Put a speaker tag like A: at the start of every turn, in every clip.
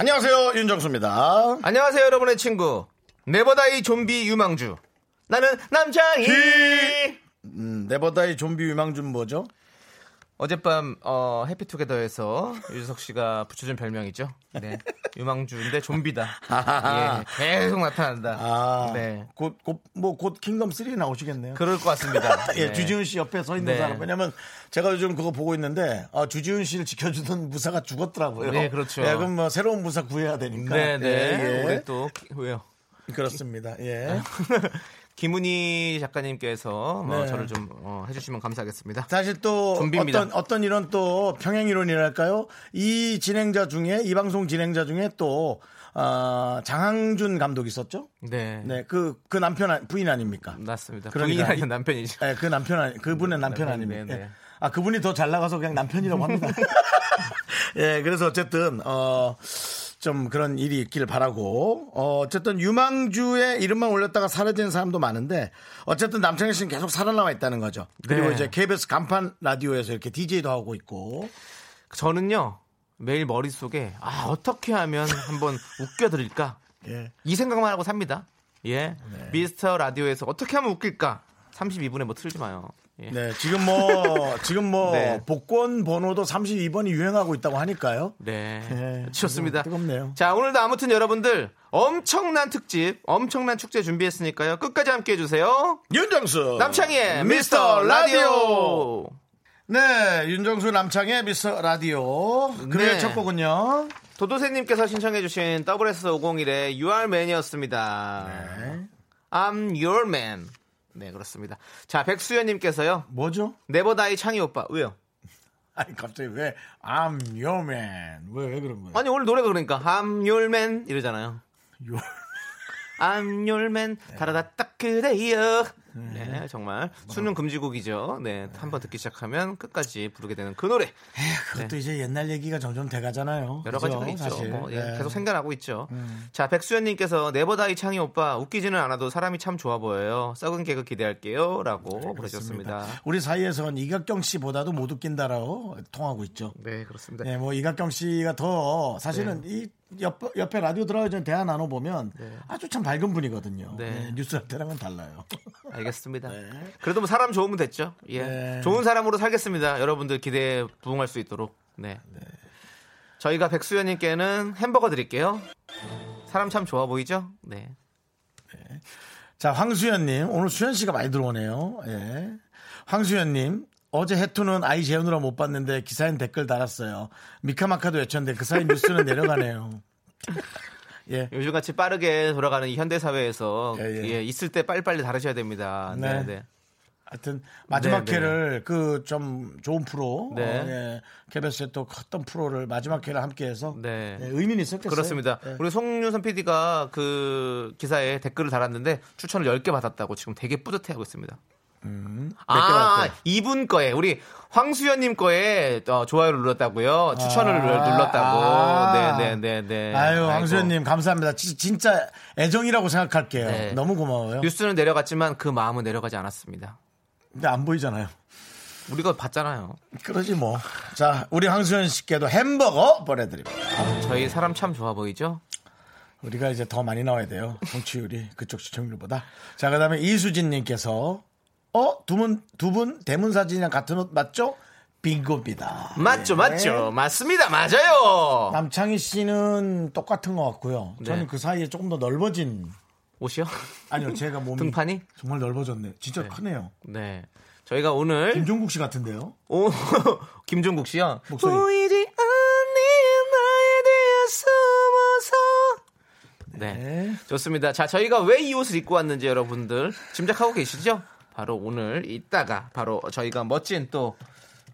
A: 안녕하세요 윤정수입니다.
B: 안녕하세요 여러분의 친구 네버다이 좀비 유망주 나는 남창희
A: 음, 네버다이 좀비 유망준 뭐죠?
B: 어젯밤 어, 해피투게더에서 유재석 씨가 붙여준 별명이죠 네 유망주인데 좀비다
A: 아하.
B: 예, 계속 나타난다
A: 아,
B: 네
A: 곧곧 뭐 곧 킹덤 3 나오시겠네요.
B: 그럴 것 같습니다
A: 예,
B: 네.
A: 주지훈 씨 옆에 서 있는
B: 네.
A: 사람. 왜냐면 제가 요즘 그거 보고 있는데 아, 주지훈 씨를 지켜주던 무사가 죽었더라고요.
B: 네, 그렇죠.
A: 예, 그럼 뭐 새로운 무사 구해야 되니까.
B: 네네
A: 예, 예.
B: 우리 또 네. 왜요
A: 그렇습니다. 예.
B: 김은희 작가님께서 어,
A: 네.
B: 저를 좀 어, 해주시면 감사하겠습니다
A: 사실 또
B: 좀비입니다.
A: 어떤 어떤 이런 또 평행 이론이랄까요? 이 진행자 중에 이 방송 진행자 중에 또 아, 장항준 감독 있었죠?
B: 네,
A: 네, 그 그 남편 아- 부인 아닙니까?
B: 맞습니다
A: 그러니까
B: 본인이 아니라
A: 이-
B: 남편이죠
A: 예, 그 남편 아니, 그분의 남편
B: 남편이,
A: 아닙니까?
B: 네, 네.
A: 예. 아, 그분이 더 잘 나가서 그냥 남편이라고 합니다. 예, 그래서 어쨌든 어 좀 그런 일이 있길 바라고. 어, 어쨌든 유망주의 이름만 올렸다가 사라지는 사람도 많은데 어쨌든 남창희 씨는 계속 살아남아 있다는 거죠. 그리고
B: 네.
A: 이제 KBS 간판 라디오에서 이렇게 DJ도 하고 있고.
B: 저는요 매일 머릿속에 아 어떻게 하면 한번 웃겨드릴까
A: 예.
B: 이 생각만 하고 삽니다 예
A: 네.
B: 미스터 라디오에서 어떻게 하면 웃길까 32분에 뭐 틀지 마요 예.
A: 네, 지금 뭐 지금 뭐
B: 네.
A: 복권 번호도 32번이 유행하고 있다고 하니까요.
B: 네.
A: 예,
B: 좋습니다.
A: 뜨겁네요.
B: 자, 오늘도 아무튼 여러분들 엄청난 특집, 엄청난 축제 준비했으니까요. 끝까지 함께 해주세요.
A: 윤정수
B: 남창희의 미스터 라디오!
A: 네, 윤정수 남창의 미스터 라디오. 금요일
B: 네.
A: 첫 곡은요.
B: 도도새님께서 신청해주신 WS501의 You Are Man이었습니다. I'm Your Man. 네, 그렇습니다. 자, 백수연님께서요.
A: 뭐죠?
B: 네버다이 창희 오빠. 왜요?
A: 아니, 갑자기 왜, I'm your man. 왜, 왜 그런 거예요?
B: 아니, 오늘 노래가 그러니까 I'm Your Man 이러잖아요.
A: Your-
B: 네. I'm your man, 달아다 그래요. 네, 정말. 수능 금지곡이죠. 네, 한번 듣기 시작하면 끝까지 부르게 되는 그 노래.
A: 그것도 이제 옛날 얘기가 점점 돼가잖아요.
B: 여러
A: 그죠?
B: 가지가 있죠.
A: 사실.
B: 뭐, 예,
A: 네. 음.
B: 계속 생겨나고 있죠. 자, 백수연님께서 네버다이 창희 오빠 웃기지는 않아도 사람이 참 좋아 보여요. 썩은 개그 기대할게요. 라고
A: 네,
B: 보내셨습니다.
A: 우리 사이에선 이각경 씨보다도 못 웃긴다라고 통하고 있죠.
B: 네, 그렇습니다.
A: 네, 뭐 이각경 씨가 더 사실은 이 옆, 옆에 라디오 들어가기 전에 대화 나눠보면 아주 참 밝은 분이거든요.
B: 네.
A: 네, 뉴스할 때랑은 달라요.
B: 알겠습니다. 그래도 뭐 사람 좋으면 됐죠. 예.
A: 네.
B: 좋은 사람으로 살겠습니다. 여러분들 기대에 부응할 수 있도록. 네. 저희가 백수연님께는 햄버거 드릴게요. 사람 참 좋아 보이죠? 네.
A: 자, 황수연님. 오늘 수연 씨가 많이 들어오네요. 예. 황수연님. 어제 해투는 아이 재우느라 못 봤는데 기사엔 댓글 달았어요. 미카마카도 외쳤는데 그 사이 뉴스는 내려가네요. 예.
B: 요즘같이 빠르게 돌아가는 이 현대사회에서
A: 예, 예.
B: 예, 있을 때 빨리빨리 다루셔야 됩니다.
A: 네.
B: 네, 네.
A: 하여튼
B: 네,
A: 마지막
B: 네.
A: 회를 그 좀 좋은 프로
B: 네.
A: 어, 예. KBS의 또 컸던 프로를 마지막 회를 함께 해서
B: 네.
A: 예, 의미는 있었겠어요.
B: 그렇습니다.
A: 예.
B: 우리 송윤선 PD가 그 기사에 댓글을 달았는데 추천을 10개 받았다고 지금 되게 뿌듯해하고 있습니다.
A: 음,
B: 아, 이분 거에 우리 황수연님 거에 어, 좋아요를 눌렀다고요. 추천을
A: 아, 아.
B: 눌렀다고. 네네네네.
A: 아유, 황수연님 감사합니다. 지- 진짜 애정이라고 생각할게요.
B: 네.
A: 너무 고마워요.
B: 뉴스는 내려갔지만 그 마음은 내려가지 않았습니다.
A: 근데 안 보이잖아요.
B: 우리가 봤잖아요.
A: 그러지 뭐. 자, 우리 황수현 씨께도 햄버거 보내드립니다.
B: 저희 사람 참 좋아 보이죠?
A: 우리가 이제 더 많이 나와야 돼요. 정치율이 그쪽 시청률보다. 자, 그 다음에 이수진님께서 어? 두 분, 두 분 대문 사진이랑 같은 옷 맞죠? 빙고입니다.
B: 맞죠,
A: 네.
B: 맞죠. 맞습니다, 맞아요.
A: 남창희 씨는 똑같은 것 같고요. 저는
B: 네.
A: 그 사이에 조금 더 넓어진
B: 옷이요?
A: 아니요, 제가 몸이
B: 등판이?
A: 정말 넓어졌네요. 진짜 크네요.
B: 네. 저희가 오늘
A: 김종국 씨 같은데요.
B: 오, 김종국 씨요.
A: 목소리.
B: 보이지 않는 나의 뒤에 숨어서. 네.
A: 네.
B: 좋습니다. 자, 저희가 왜 이 옷을 입고 왔는지 여러분들 짐작하고 계시죠? 바로 오늘 이따가 바로 저희가 멋진 또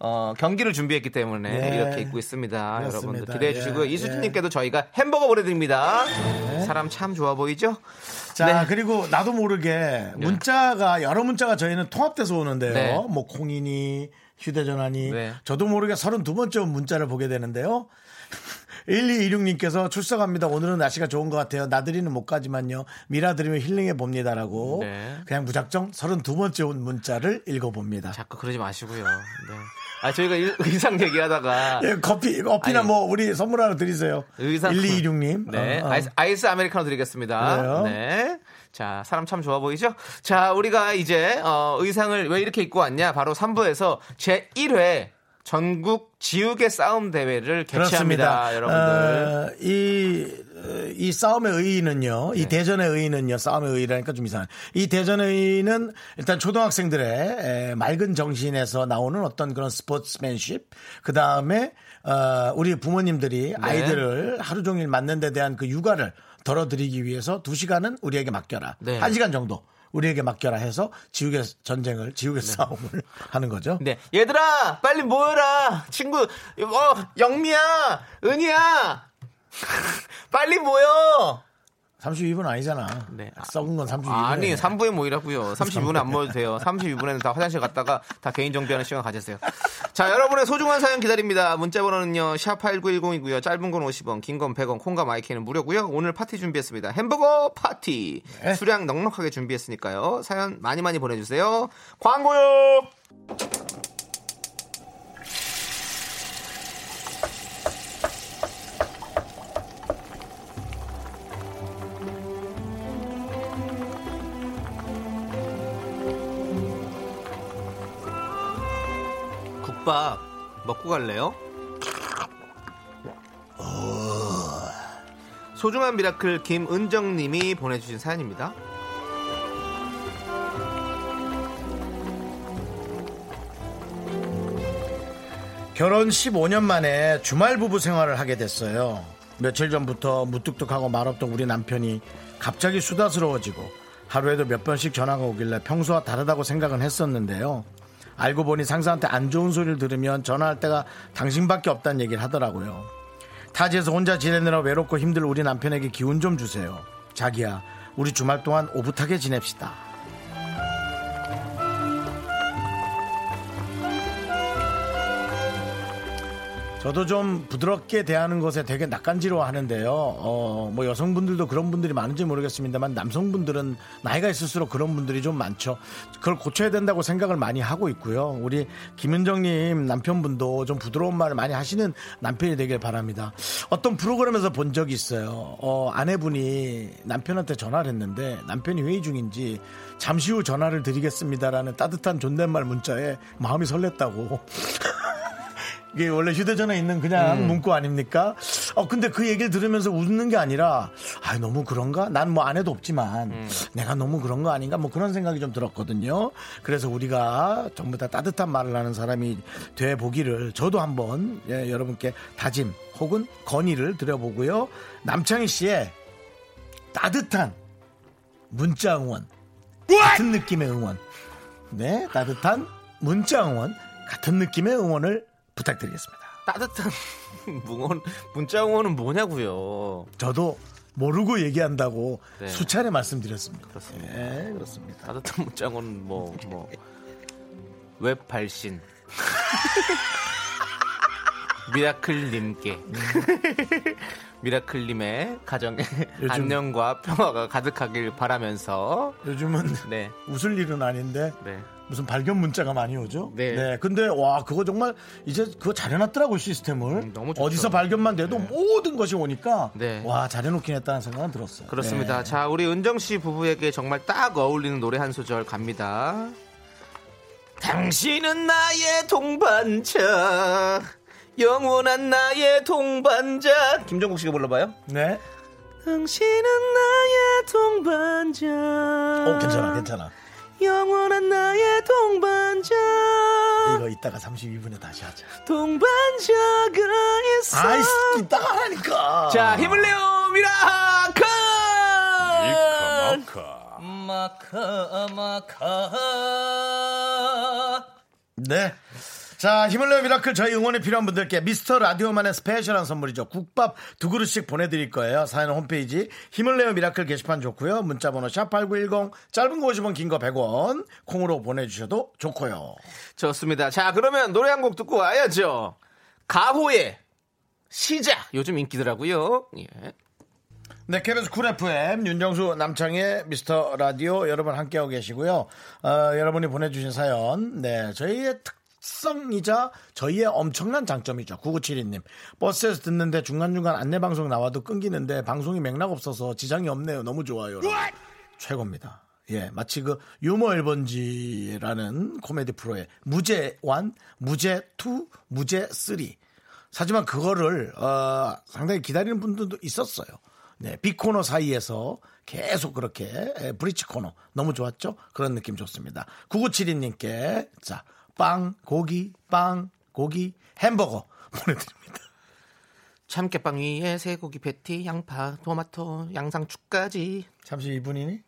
B: 어, 경기를 준비했기 때문에
A: 예.
B: 이렇게 입고 있습니다.
A: 그렇습니다.
B: 여러분들 기대해
A: 예,
B: 주시고요. 이수진님께도
A: 예.
B: 저희가 햄버거 보내드립니다. 사람 참 좋아 보이죠?
A: 자,
B: 네.
A: 그리고 나도 모르게 문자가 여러 문자가 저희는 통합돼서 오는데요.
B: 네.
A: 뭐 콩이니 휴대전화니
B: 네.
A: 저도 모르게 32번째 온 문자를 보게 되는데요. 1226님께서 출석합니다. 오늘은 날씨가 좋은 것 같아요. 나들이는 못 가지만요. 미라 들으면 힐링해 봅니다라고
B: 네.
A: 그냥 무작정 32번째 온 문자를 읽어봅니다.
B: 자꾸 그러지 마시고요. 네. 아, 저희가 일- 의상 얘기하다가
A: 예, 커피, 커피나
B: 아니.
A: 뭐 우리 선물 하나 드리세요.
B: 의상
A: 1226님.
B: 네.
A: 어, 어.
B: 아이스, 아이스 아메리카노 드리겠습니다.
A: 그래요?
B: 네. 자, 사람 참 좋아 보이죠? 자, 우리가 이제 어, 의상을 왜 이렇게 입고 왔냐? 바로 3부에서 제 1회 전국 지우개 싸움 대회를 개최합니다, 여러분들.
A: 어, 이, 어, 이 싸움의 의의는요,
B: 네.
A: 이 대전의 의의는요, 싸움의 의의라니까 좀 이상해. 이 대전의 의의는 일단 초등학생들의 에, 맑은 정신에서 나오는 어떤 그런 스포츠맨십, 그 다음에 어, 우리 부모님들이
B: 네.
A: 아이들을 하루 종일 맞는 데 대한 그 육아를 덜어드리기 위해서 두 시간은 우리에게 맡겨라.
B: 네.
A: 한 시간 정도. 우리에게 맡겨라 해서 지우개 전쟁을, 지우개 싸움을 하는 거죠.
B: 네. 얘들아, 빨리 모여라. 친구, 어, 영미야, 은희야. 빨리 모여.
A: 32분 아니잖아.
B: 네.
A: 썩은 건 32분.
B: 아니, 3부에 모이라고요. 32분은 안 모여도 돼요. 32분에는 다 화장실 갔다가 다 개인 정비하는 시간 가지세요. 자, 여러분의 소중한 사연 기다립니다. 문자 번호는요. 샵 8910이고요. 짧은 건 50원, 긴 건 100원, 콩과 마이크는 무료고요. 오늘 파티 준비했습니다. 햄버거 파티.
A: 네.
B: 수량 넉넉하게 준비했으니까요. 사연 많이 많이 보내 주세요. 광고요. 국밥 먹고 갈래요?
A: 어.
B: 소중한 미라클 김은정님이 보내주신 사연입니다.
A: 결혼 15년 만에 주말 부부 생활을 하게 됐어요. 며칠 전부터 무뚝뚝하고 말없던 우리 남편이 갑자기 수다스러워지고 하루에도 몇 번씩 전화가 오길래 평소와 다르다고 생각은 했었는데요. 알고 보니 상사한테 안 좋은 소리를 들으면 전화할 때가 당신밖에 없다는 얘기를 하더라고요. 타지에서 혼자 지내느라 외롭고 힘들 우리 남편에게 기운 좀 주세요. 자기야, 우리 주말 동안 오붓하게 지냅시다. 저도 좀 부드럽게 대하는 것에 되게 낯간지러워 하는데요. 어, 뭐 여성분들도 그런 분들이 많은지 모르겠습니다만 남성분들은 나이가 있을수록 그런 분들이 좀 많죠. 그걸 고쳐야 된다고 생각을 많이 하고 있고요. 우리 김은정님 남편분도 좀 부드러운 말을 많이 하시는 남편이 되길 바랍니다. 어떤 프로그램에서 본 적이 있어요. 어, 아내분이 남편한테 전화를 했는데 남편이 회의 중인지 잠시 후 전화를 드리겠습니다라는 따뜻한 존댓말 문자에 마음이 설렜다고. 이게 원래 휴대전화에 있는 그냥 문구 아닙니까? 어, 근데 그 얘기를 들으면서 웃는 게 아니라, 아, 너무 그런가? 난 뭐 아내도 없지만, 내가 너무 그런 거 아닌가? 뭐 그런 생각이 좀 들었거든요. 그래서 우리가 전부 다 따뜻한 말을 하는 사람이 돼 보기를 저도 한번 예, 여러분께 다짐 혹은 건의를 드려보고요. 남창희 씨의 따뜻한 문자 응원 같은 느낌의 응원. 네, 따뜻한 문자 응원 같은 느낌의 응원을 부탁드리겠습니다.
B: 따뜻한 응원, 문자 응원은 뭐냐고요.
A: 저도 모르고 얘기한다고
B: 네.
A: 수차례 말씀드렸습니다.
B: 그렇습니다.
A: 네, 그렇습니다.
B: 따뜻한 문자 응원은 뭐, 뭐. 웹 발신. 미라클님께. 미라클님의 가정에
A: 요즘-
B: 안녕과 평화가 가득하길 바라면서.
A: 요즘은
B: 네.
A: 웃을 일은 아닌데
B: 네.
A: 무슨 발견 문자가 많이 오죠?
B: 네.
A: 근데 와 그거 정말 이제 그거 잘해놨더라고 시스템을.
B: 음, 너무 좋죠.
A: 어디서 발견만 돼도 모든 것이 오니까
B: 네.
A: 와 잘해놓긴 했다는 생각은 들었어요.
B: 그렇습니다. 자, 우리 은정 씨 부부에게 정말 딱 어울리는 노래 한 소절 갑니다. 당신은 나의 동반자. 영원한 나의 동반자. 김종국 씨가 불러봐요.
A: 네.
B: 당신은 나의 동반자.
A: 오 네. 어, 괜찮아 괜찮아.
B: 영원한 나의 동반자.
A: 이거 이따가 32분에 다시 하자.
B: 동반자가 있어.
A: 네. 아이씨 이따가 하라니까.
B: 자, 힘을 내요, 미라클!
A: 네. 자, 힘을 내요 미라클 저희 응원이 필요한 분들께 미스터 라디오만의 스페셜한 선물이죠. 국밥 두 그릇씩 보내드릴 거예요. 사연 홈페이지 힘을 내요 미라클 게시판 좋고요. 문자번호 샵8910 짧은 거 50원 긴 거 100원 콩으로 보내주셔도 좋고요.
B: 좋습니다. 자, 그러면 노래 한 곡 듣고 와야죠. 가호의 시작. 요즘 인기더라고요. 예.
A: 네, KBS 쿨 FM 윤정수 남창의 미스터 라디오 여러분 함께하고 계시고요. 어, 여러분이 보내주신 사연, 네 저희의 특성이자 저희의 엄청난 장점이죠. 9972님 버스에서 듣는데 중간 중간 안내 방송 나와도 끊기는데 방송이 맥락 없어서 지장이 없네요. 너무 좋아요. 라고. 최고입니다. 예, 마치 그 유머 1번지라는 코미디 프로의 무제 1, 무제 2, 무제 3. 하지만 그거를 어, 상당히 기다리는 분들도 있었어요. 네, 빅코너 사이에서 계속 그렇게 에, 브릿지 코너 너무 좋았죠? 그런 느낌 좋습니다. 9972님께 자, 빵, 고기, 빵, 고기, 햄버거 보내드립니다.
B: 참깨빵 위에 쇠고기 패티, 양파, 토마토, 양상추까지.
A: 잠시 이분이니?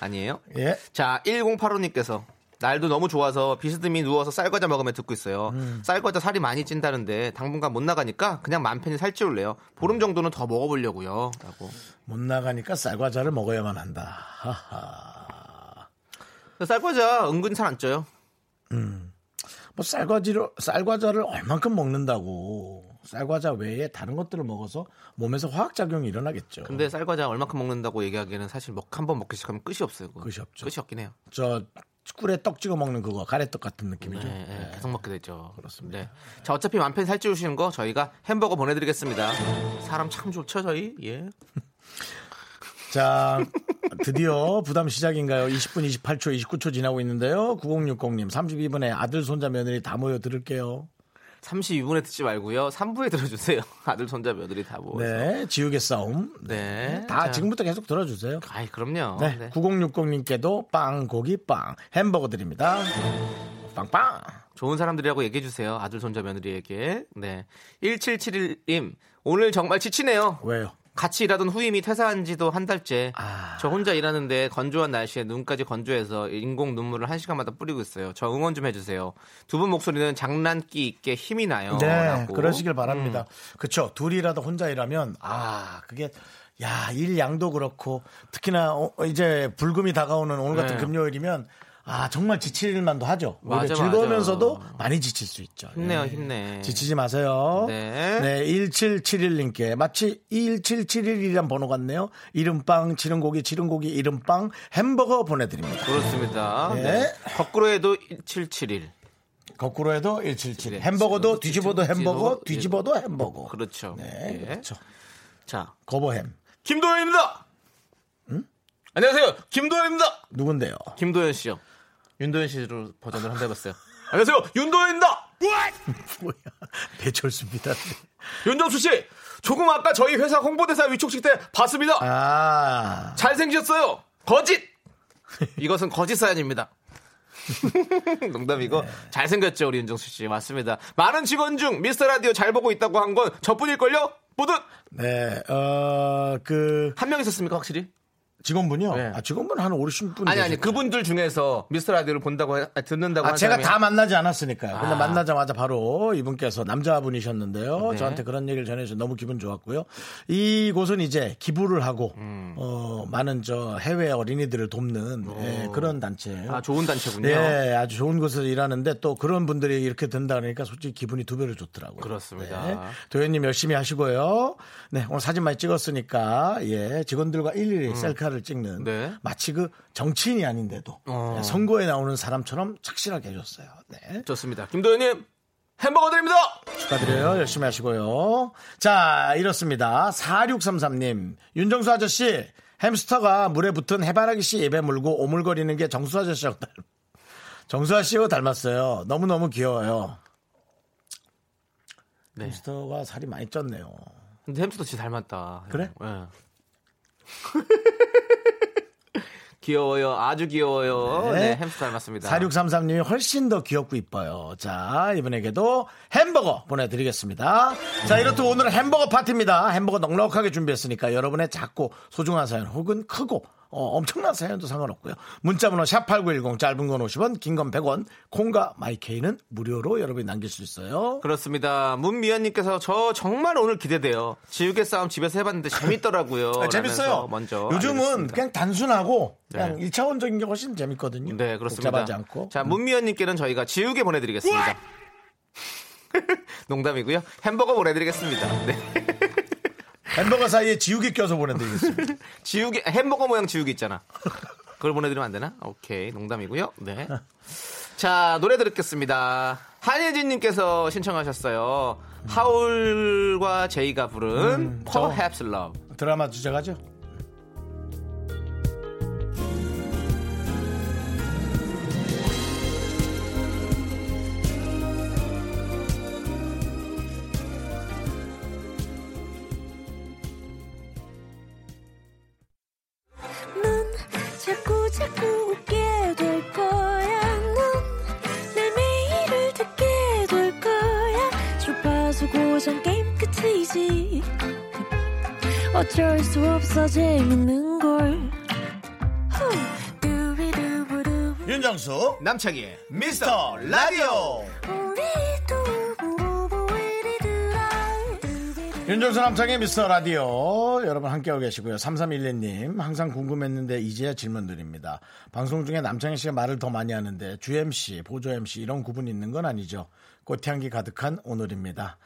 B: 아니에요?
A: 예.
B: 자, 1085님께서 날도 너무 좋아서 비스듬히 누워서 쌀과자 먹으며 듣고 있어요.
A: 음.
B: 쌀과자 살이 많이 찐다는데 당분간 못 나가니까 그냥 맘 편히 살찌울래요.
A: 음.
B: 보름 정도는 더 먹어보려고요. 라고.
A: 못 나가니까 쌀과자를 먹어야만 한다. 하하.
B: 근데 쌀과자 은근 살 안 쪄요.
A: 뭐 쌀과지로 쌀과자를 얼만큼 먹는다고 쌀과자 외에 다른 것들을 먹어서 몸에서 화학 작용이 일어나겠죠.
B: 근데 쌀과자 얼마큼 먹는다고 얘기하기에는 사실 먹, 한 번 먹기 시작하면 끝이 없어요. 그거.
A: 끝이 없죠.
B: 끝이 없긴 해요.
A: 저 꿀에 떡 찍어 먹는 그거 가래떡 같은 느낌이죠.
B: 네, 네, 계속 먹게 되죠.
A: 그렇습니다.
B: 네. 자, 어차피 만편 살찌우시는 거 저희가 햄버거 보내드리겠습니다. 사람 참 좋죠, 저희? 예.
A: 자, 드디어 부담 시작인가요? 20분 28초 29초 지나고 있는데요. 9060님 32분에 아들 손자 며느리 다 모여 들을게요.
B: 32분에 듣지 말고요. 3부에 들어주세요. 아들, 손자, 며느리 다 모아서. 네.
A: 네, 지우개 싸움. 네, 다
B: 자,
A: 지금부터 계속 들어주세요.
B: 아이, 그럼요.
A: 네,
B: 네.
A: 9060님께도 빵, 고기, 빵, 햄버거 드립니다. 빵빵.
B: 좋은 사람들이라고 얘기해주세요. 아들, 손자, 며느리에게. 네. 1771님, 오늘 정말 지치네요.
A: 왜요?
B: 같이 일하던 후임이 퇴사한 지도 한 달째.
A: 아.
B: 저 혼자 일하는데 건조한 날씨에 눈까지 건조해서 인공 눈물을 한 시간마다 뿌리고 있어요. 저 응원 좀 해주세요. 두 분 목소리는 장난기 있게 힘이 나요.
A: 네,
B: 라고. 음.
A: 그러시길 바랍니다. 그쵸. 둘이라도 혼자 일하면, 아, 그게, 야, 일 양도 그렇고, 특히나 어, 이제 불금이 다가오는 오늘 같은
B: 네.
A: 금요일이면, 아, 정말 지칠 만도 하죠. 오히려
B: 맞아, 맞아.
A: 즐거우면서도 많이 지칠 수 있죠.
B: 힘내요,
A: 예.
B: 힘내.
A: 지치지 마세요.
B: 네.
A: 1771님께 마치 1771이란 번호 같네요. 이름빵, 지른 고기, 지른 고기, 이름빵, 햄버거 보내드립니다.
B: 그렇습니다.
A: 네.
B: 네. 거꾸로 해도 1771.
A: 거꾸로 해도 1771.
B: 네, 지금도
A: 햄버거도
B: 뒤집어도
A: 뒤집어도 햄버거,
B: 뒤집어도
A: 뒤집어도 햄버거.
B: 그렇죠.
A: 네,
B: 예.
A: 그렇죠.
B: 자,
A: 거버햄.
B: 김도현입니다. 안녕하세요. 김도현입니다.
A: 누군데요?
B: 김도현 씨요. 윤도현 씨로 버전을 한번 해봤어요. 안녕하세요. 윤도현입니다.
A: 뭐야? 배철수입니다.
B: 윤정수 씨, 조금 아까 저희 회사 홍보대사 위촉식 때 봤습니다.
A: 아,
B: 잘생기셨어요. 거짓. 이것은 거짓 사연입니다. 농담이고 잘생겼죠 우리 윤정수 씨 맞습니다. 많은 직원 중 미스터 라디오 잘 보고 있다고 한 건 저뿐일걸요? 모든
A: 네, 어, 그
B: 한 명 있었습니까 확실히?
A: 직원분요.
B: 네.
A: 아, 직원분 한 5, 60분.
B: 아니 아니 그분들 중에서 미스터 라디오를 본다고 해- 듣는다고
A: 아,
B: 한
A: 제가
B: 사람이-
A: 다 만나지 않았으니까요. 근데
B: 아.
A: 만나자마자 바로 이분께서 남자분이셨는데요.
B: 네.
A: 저한테 그런 얘기를 전해주셔서 너무 기분 좋았고요. 이곳은 이제 기부를 하고,
B: 음.
A: 어, 많은 저 해외 어린이들을 돕는 예, 그런 단체예요.
B: 아, 좋은 단체군요.
A: 네, 아주 좋은 곳에서 일하는데 또 그런 분들이 이렇게 된다 그러니까 솔직히 기분이 두 배로 좋더라고요. 네.
B: 그렇습니다.
A: 도현님 열심히 하시고요. 네, 오늘 사진 많이 찍었으니까 예, 직원들과 일일이 셀카를 찍는
B: 음. 네.
A: 마치 그 정치인이 아닌데도
B: 어.
A: 네, 선거에 나오는 사람처럼 착실하게 해줬어요. 네,
B: 좋습니다. 김도현님 햄버거 드립니다.
A: 축하드려요. 열심히 하시고요. 자, 이렇습니다. 4633님, 윤정수 아저씨. 햄스터가 물에 붙은 해바라기 씨 입에 물고 오물거리는 게 정수 아저씨하고 닮. 정수 아저씨하고 닮았어요. 너무 너무 귀여워요.
B: 네.
A: 햄스터가 살이 많이 쪘네요.
B: 근데 햄스터 진짜 닮았다.
A: 그래?
B: 예. 귀여워요. 아주 귀여워요.
A: 네.
B: 네, 햄스터 닮았습니다.
A: 4633님이 훨씬 더 귀엽고 이뻐요. 자, 이분에게도 햄버거 보내드리겠습니다. 자, 이렇듯 오늘은 햄버거 파티입니다. 햄버거 넉넉하게 준비했으니까 여러분의 작고 소중한 사연 혹은 크고 어, 엄청난 사연도 상관없고요. 문자번호 샵8910 짧은 건 50원, 긴 건 100원, 콩과 마이케이는 무료로 여러분이 남길 수 있어요.
B: 그렇습니다. 문미연님께서 저 정말 오늘 기대돼요. 지우개 싸움 집에서 해봤는데 재밌더라고요.
A: 아, 재밌어요.
B: 라면서 먼저
A: 요즘은
B: 알려줬습니다.
A: 그냥 단순하고 그냥
B: 네.
A: 1차원적인 게 훨씬 재밌거든요.
B: 네 그렇습니다.
A: 복잡하지 않고. 음.
B: 자 문미연님께는 저희가 지우개 보내드리겠습니다. 농담이고요. 햄버거 보내드리겠습니다. 네.
A: 햄버거 사이에 지우개 껴서 보내드리겠습니다.
B: 지우개 햄버거 모양 지우개 있잖아. 그걸 보내드리면 안 되나? 오케이 농담이고요. 네. 자 노래 들었겠습니다. 한예진님께서 신청하셨어요. 하울과 제이가 부른
A: 음, 저-
B: Perhaps Love.
A: 드라마 주제가죠?
C: 넌 자꾸 자꾸 웃게 될 거야. 넌내 매일을 듣게 될 거야. 주파수 고정 게임 끝이지. 어쩔 수 없어 재밌는 걸. 후. 두비두부두.
A: 윤정수
B: 남창희의
A: 미스터 라디오
C: 우리 두부부부 우리들아. 두비두부.
A: 윤정수 남창의 미스터 라디오 여러분 함께하고 계시고요 3311님 항상 궁금했는데 이제야 질문 드립니다 방송 중에 남창희 씨가 말을 더 많이 하는데 주 MC 보조 MC 이런 구분이 있는 건 아니죠 꽃향기 가득한 오늘입니다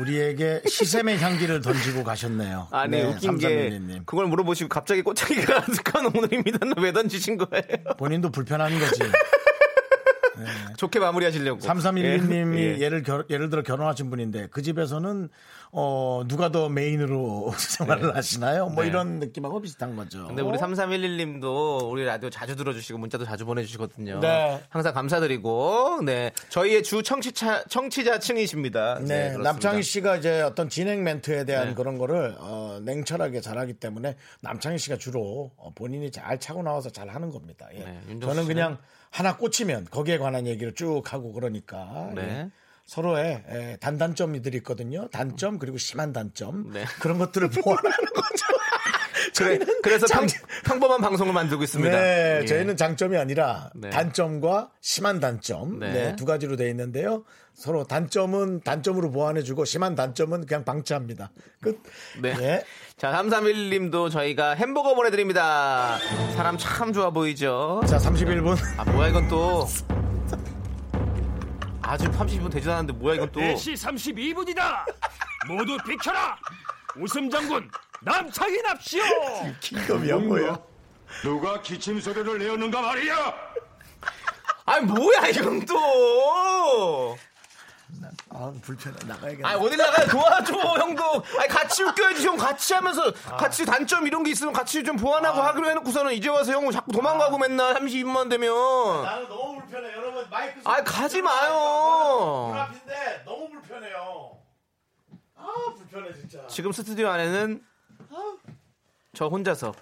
A: 우리에게 시샘의 향기를 던지고 가셨네요
B: 아니
A: 네,
B: 웃긴 게
A: 3311님.
B: 그걸 물어보시고 갑자기 꽃차기가 가득한 오늘입니다. 왜 던지신 거예요?
A: 본인도 불편한 거지 네.
B: 좋게 마무리하시려고.
A: 3311님이
B: 예, 예.
A: 예를, 결, 예를 들어 결혼하신 분인데 그 집에서는 어, 누가 더 메인으로 생활을 하시나요? 뭐
B: 네.
A: 이런 느낌하고 비슷한 거죠.
B: 근데 뭐 우리 3311님도 우리 라디오 자주 들어주시고 문자도 자주 보내주시거든요.
A: 네.
B: 항상 감사드리고, 네. 저희의 주 청취자, 청취자층이십니다.
A: 네,
B: 그렇습니다. 네.
A: 남창희 씨가 이제 어떤 진행 멘트에 대한 그런 거를 어, 냉철하게 잘하기 때문에 남창희 씨가 주로 어, 본인이 잘 차고 나와서 잘 하는 겁니다. 예.
B: 네, 윤정수
A: 저는
B: 씨는-
A: 그냥 하나 꽂히면 거기에 관한 얘기를 쭉 하고 그러니까
B: 네.
A: 예. 서로의 예, 단단점이들 있거든요. 단점 그리고 심한 단점
B: 네.
A: 그런 것들을 보완하는 거죠.
B: 그래,
A: 저희는
B: 그래서
A: 장-
B: 평, 범한 방송을 만들고 있습니다.
A: 네,
B: 예.
A: 저희는 장점이 아니라
B: 네.
A: 단점과 심한 단점
B: 네.
A: 네, 두 가지로 돼 있는데요. 서로 단점은 단점으로 보완해주고 심한 단점은 그냥 방치합니다. 끝.
B: 네.
A: 예.
B: 자, 3311님도 저희가 햄버거 보내드립니다. 사람 참 좋아 보이죠?
A: 자, 31분.
B: 아, 뭐야, 이건 또. 아주 30분 되지도 않았는데, 뭐야, 이건 또.
D: 4시 32분이다. 모두 비켜라. 웃음 장군 남창희 납시오.
A: 기겁이야 뭐야?
D: 누가 기침 소리를 내었는가 말이야.
B: 아니, 뭐야, 이건 또!
A: 아 불편해
B: 아
A: 나가야겠다.
B: 어딜 나가요 도와줘 형도 아니 같이 웃겨야지 형 같이 하면서 같이 단점 이런 게 있으면 같이 좀 보완하고 하기로 해놓고서는 이제 와서 형 자꾸 도망가고 맨날 32분만 되면
A: 나는 너무 불편해 여러분 마이크.
B: 아 가지 마요
A: 앞인데 너무 불편해요. 아 불편해 진짜.
B: 지금 스튜디오 안에는 저 혼자서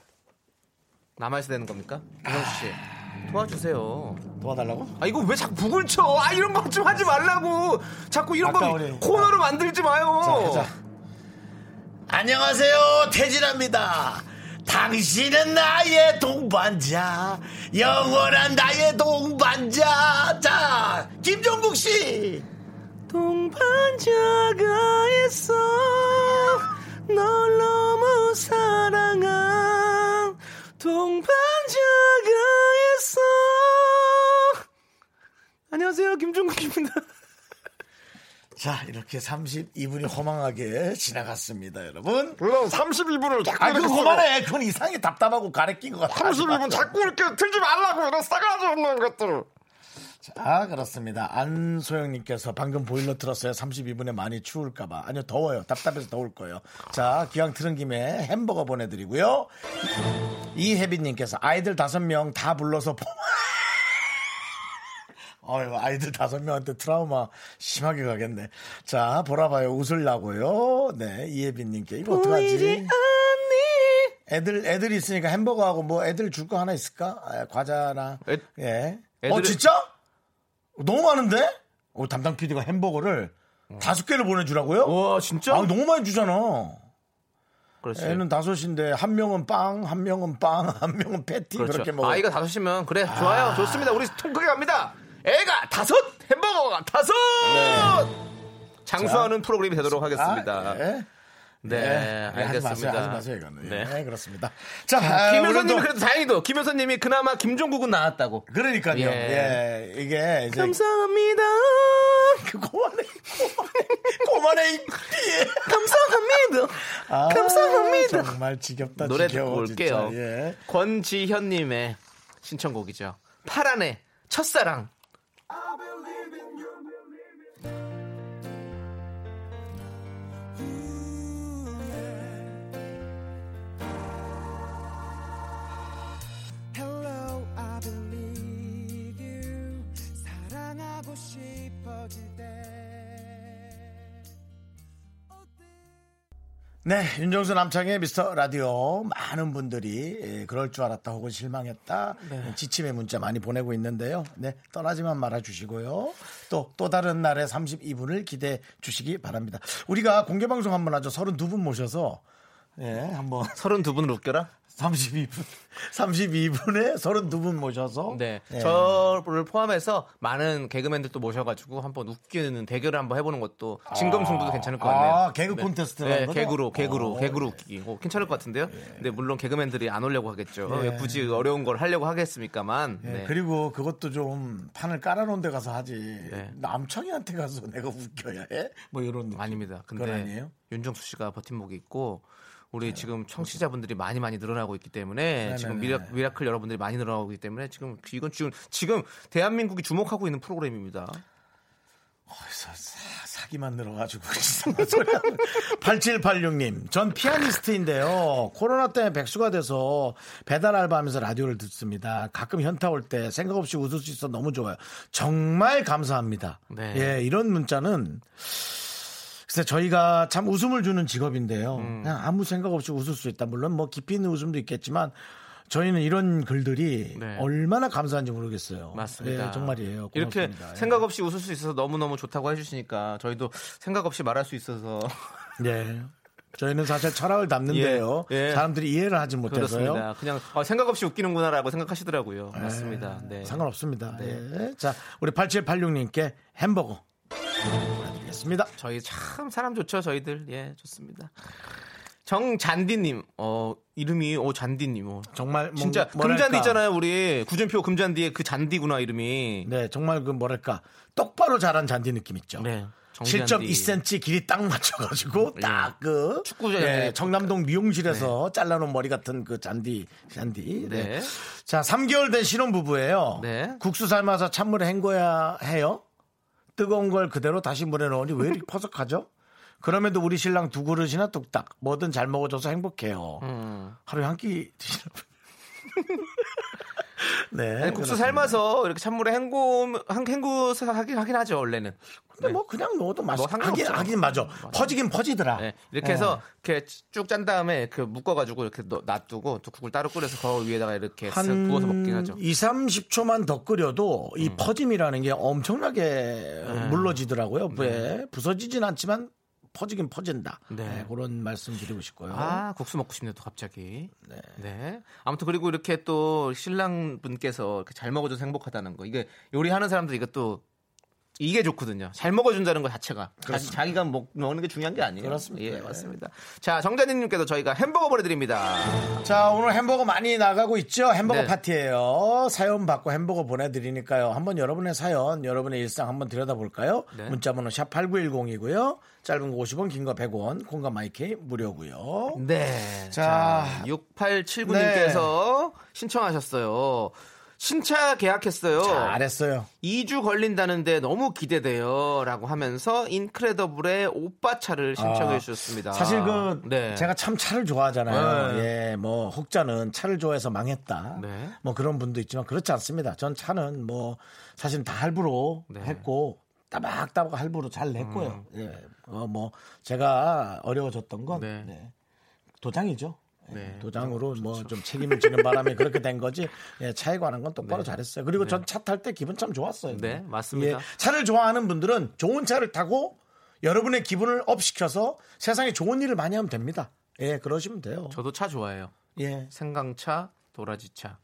B: 남아있어야 되는 겁니까? 이정수씨 도와주세요
A: 도와달라고?
B: 아 이거 왜 자꾸 북을 쳐아 이런 거 좀 하지 말라고 자꾸 이런 거
A: 아까워요.
B: 코너로 만들지 마요
A: 자, 자. 안녕하세요, 태진아입니다. 당신은 나의 동반자, 영원한 나의 동반자. 자, 김종국 씨.
B: 동반자가 있어 널 너무 사랑한 동반자가 있어 안녕하세요 김종국입니다
A: 자, 이렇게 32분이 허망하게 지나갔습니다, 여러분.
E: 그럼 32분을 자꾸
A: 아,
E: 이렇게
A: 그거
E: 쓰고
A: 그만해. 그건 이상하게 답답하고 가래낀 것 같아.
E: 32분 자꾸 이렇게 들지 말라고 이런 싸가지 없는 것들
A: 아, 그렇습니다. 안소영님께서 방금 보일러 틀었어요. 32분에 많이 추울까봐. 아니요, 더워요. 답답해서 더울 거예요. 자, 기왕 틀은 김에 햄버거 보내드리고요. 이혜빈님께서 아이들 다섯 명 다 불러서 포... 어휴, 아이들 다섯 명한테 트라우마 심하게 가겠네. 자, 보라봐요. 웃으려고요. 네, 이혜빈님께. 이거 어떡하지? 애들, 애들 있으니까 햄버거하고 뭐 애들 줄 거 하나 있을까? 아, 과자나.
B: 애-
A: 예. 어,
B: 애들은-
A: 진짜? 너무 많은데? 어, 담당 PD가 햄버거를 다섯 개를 보내주라고요?
B: 와 어. 진짜?
A: 아, 너무 많이 주잖아.
B: 그렇지.
A: 애는 다섯인데 한 명은 빵, 한 명은 빵, 한 명은 패티
B: 그렇죠.
A: 그렇게 먹어.
B: 아이가 다섯이면 그래 좋아요 좋습니다 우리 통 크게 갑니다 애가 다섯 햄버거가 다섯 장수하는 프로그램이 되도록 하겠습니다
A: 네. 아, 예.
B: 네,
A: 네,
B: 알겠습니다
A: 하지 마세요, 하지 마세요 이거는.
B: 네.
A: 네, 그렇습니다. 자, 아,
B: 김효선님이
A: 오늘도-
B: 그래도 다행히도 김효선님이 그나마 김종국은 나왔다고
A: 그러니까요.
B: 예.
A: 예, 이게 이제
B: 감사합니다
A: 그 고만해, 고만해, 고만해. 이
B: 예.
A: 삐에.
B: 감사합니다
A: 아,
B: 감사합니다.
A: 정말 지겹다.
B: 아, 노래 듣고
A: 지겨워,
B: 올게요
A: 진짜. 예.
B: 권지현님의 신청곡이죠 파란의 첫사랑
F: Hello, I believe you. 사랑하고 싶어질 때.
A: 네, 윤정수 남창의 미스터 라디오 많은 분들이 예, 그럴 줄 알았다 혹은 실망했다
B: 네.
A: 지침의 문자 많이 보내고 있는데요. 네, 떠나지만 말아 주시고요. 또 또 다른 날의 32분을 기대해 주시기 바랍니다. 우리가 공개 방송 한번 하죠. 32분 모셔서 예, 한번
B: 32분을 웃겨라
A: 32분 32분에 32분 모셔서
B: 네.
A: 예.
B: 저를 포함해서 많은 개그맨들 또 모셔가지고 한번 웃기는 대결을 한번 해보는 것도 진검승부도 괜찮을 것 같네요.
A: 아, 개그 콘테스트라는
B: 네,
A: 거죠?
B: 개그로, 개그로,
A: 어, 예.
B: 개그로 웃기기. 어, 괜찮을 것 같은데요? 근데 물론 개그맨들이 안 오려고 하겠죠. 왜 굳이 어려운 걸 하려고 하겠습니까만.
A: 예,
B: 네.
A: 그리고 그것도 좀 판을 깔아놓은 데 가서 하지.
B: 네.
A: 남청이한테 가서 내가 웃겨야 해? 뭐 이런 느낌.
B: 아닙니다.
A: 그건
B: 근데
A: 아니에요? 그렇죠.
B: 윤정수 씨가 버팀목이 있고 우리 지금 청취자분들이 많이 많이 늘어나고 있기 때문에 지금
A: 네,
B: 미라, 미라클 여러분들이 많이 늘어나고 있기 때문에 지금 이건 지금 지금 대한민국이 주목하고 있는 프로그램입니다.
A: 사, 사- 사기만 늘어가지고 이상한 소리 하는. 8786님 전 피아니스트인데요 코로나 때문에 백수가 돼서 배달 알바하면서 라디오를 듣습니다 가끔 현타 올 때 생각 없이 웃을 수 있어 너무 좋아요 정말 감사합니다
B: 네.
A: 예 이런 문자는 글쎄 저희가 참 웃음을 주는 직업인데요
B: 음.
A: 그냥 아무 생각 없이 웃을 수 있다 물론 뭐 깊이 있는 웃음도 있겠지만 저희는 이런 글들이
B: 네.
A: 얼마나 감사한지 모르겠어요.
B: 맞습니다.
A: 예, 정말이에요.
B: 이렇게
A: 고맙습니다. 예.
B: 생각 없이 웃을 수 있어서 너무너무 좋다고 해주시니까 저희도 생각 없이 말할 수 있어서
A: 예. 저희는 사실 철학을 담는데요.
B: 예, 예.
A: 사람들이 이해를 하지 못해서요. 예.
B: 그렇습니다. 그냥 아, 생각 없이 웃기는구나라고 생각하시더라고요. 맞습니다. 네.
A: 상관없습니다. 예. 자, 우리 8786님께 햄버거 보내드리겠습니다.
B: 저희 참 사람 좋죠. 저희들 예 좋습니다. 정잔디님 어 이름이 오 잔디님 어.
A: 정말 뭔-
B: 진짜
A: 뭐랄까.
B: 금잔디 있잖아요 우리 구준표 금잔디의 그 잔디구나 이름이
A: 네, 정말 그 뭐랄까 똑바로 자란 잔디 느낌 있죠.
B: 네, 정잔디. 음, 예.
A: 7.2cm 길이 딱 맞춰가지고 딱 그
B: 축구장.
A: 청남동 미용실에서 잘라놓은 머리 같은 그 잔디 잔디. 네.
B: 네.
A: 자, 3개월 된 신혼 부부예요.
B: 네.
A: 국수 삶아서 찬물에 헹궈야 해요. 뜨거운 걸 그대로 다시 물에 넣으니 왜 이렇게 퍼석하죠? 그럼에도 우리 신랑 두 그릇이나 뚝딱 뭐든 잘 먹어줘서 행복해요.
B: 음.
A: 하루에 한 끼 드시나 봐요. 네.
B: 아니, 국수
A: 그렇습니다.
B: 삶아서 이렇게 찬물에 헹구 헹구 하긴 하긴 하죠 원래는
A: 근데 뭐 그냥 넣어도 맛있
B: 뭐
A: 하긴,
B: 상관없죠.
A: 하긴 맞아. 퍼지긴 퍼지더라.
B: 네, 이렇게 해서 이렇게 쭉 짠 다음에 그 묶어가지고 이렇게 넣- 놔두고 또 국을 따로 끓여서 그 위에다가 이렇게 쓱 부어서 먹긴 하죠. 음.
A: 2, 30초만 더 끓여도 이 퍼짐이라는 게 엄청나게
B: 아.
A: 물러지더라고요. 왜? 부서지진 않지만 퍼지긴 퍼진다.
B: 네.
A: 네, 그런 말씀 드리고 싶고요.
B: 아 국수 먹고 싶네요 또 갑자기. 네. 아무튼 그리고 이렇게 또 신랑 분께서 이렇게 잘 먹어줘서 행복하다는 거 이게 요리하는 사람들 이거 또 이게 좋거든요. 잘 먹어준다는 것 자체가
A: 그렇습니다.
B: 자, 기가 먹, 는게 중요한 게 아니에요.
A: 그렇습니다. 네.
B: 예, 맞습니다. 자 정자님께서 저희가 햄버거 보내드립니다.
A: 자, 오늘 햄버거 많이 나가고 있죠? 햄버거
B: 네.
A: 파티예요. 사연 받고 햄버거 보내드리니까요. 한번 여러분의 사연, 여러분의 일상 한번 들여다볼까요?
B: 네.
A: 문자번호 샵 8910이고요. 짧은 거 50원, 긴 거 100원, 콩과 마이케이 무료고요.
B: 네.
A: 자, 네.
B: 6879님께서 신청하셨어요. 신차 계약했어요.
A: 잘했어요.
B: 2주 걸린다는데 너무 기대돼요. 라고 하면서 인크레더블의 오빠 차를 신청해
A: 아,
B: 주셨습니다.
A: 사실 그
B: 네.
A: 제가 참 차를 좋아하잖아요.
B: 네.
A: 예, 뭐 혹자는 차를 좋아해서 망했다.
B: 네.
A: 뭐 그런 분도 있지만 그렇지 않습니다. 전 차는 뭐 사실 다 할부로
B: 네. 음.
A: 했고 따박따박 할부로 잘 냈고요. 예, 어, 뭐 제가 어려워졌던 건
B: 네.
A: 네, 도장이죠. 예,
B: 네,
A: 도장으로 뭐 좀 책임을 지는 바람에 그렇게 된 거지 예, 차에 관한 건 똑바로 잘했어요. 그리고 전 차 탈 때 기분 참 좋았어요.
B: 네, 맞습니다.
A: 예, 차를 좋아하는 분들은 좋은 차를 타고 여러분의 기분을 업시켜서 세상에 좋은 일을 많이 하면 됩니다. 예, 그러시면 돼요.
B: 저도 차 좋아해요.
A: 예.
B: 생강차, 도라지차,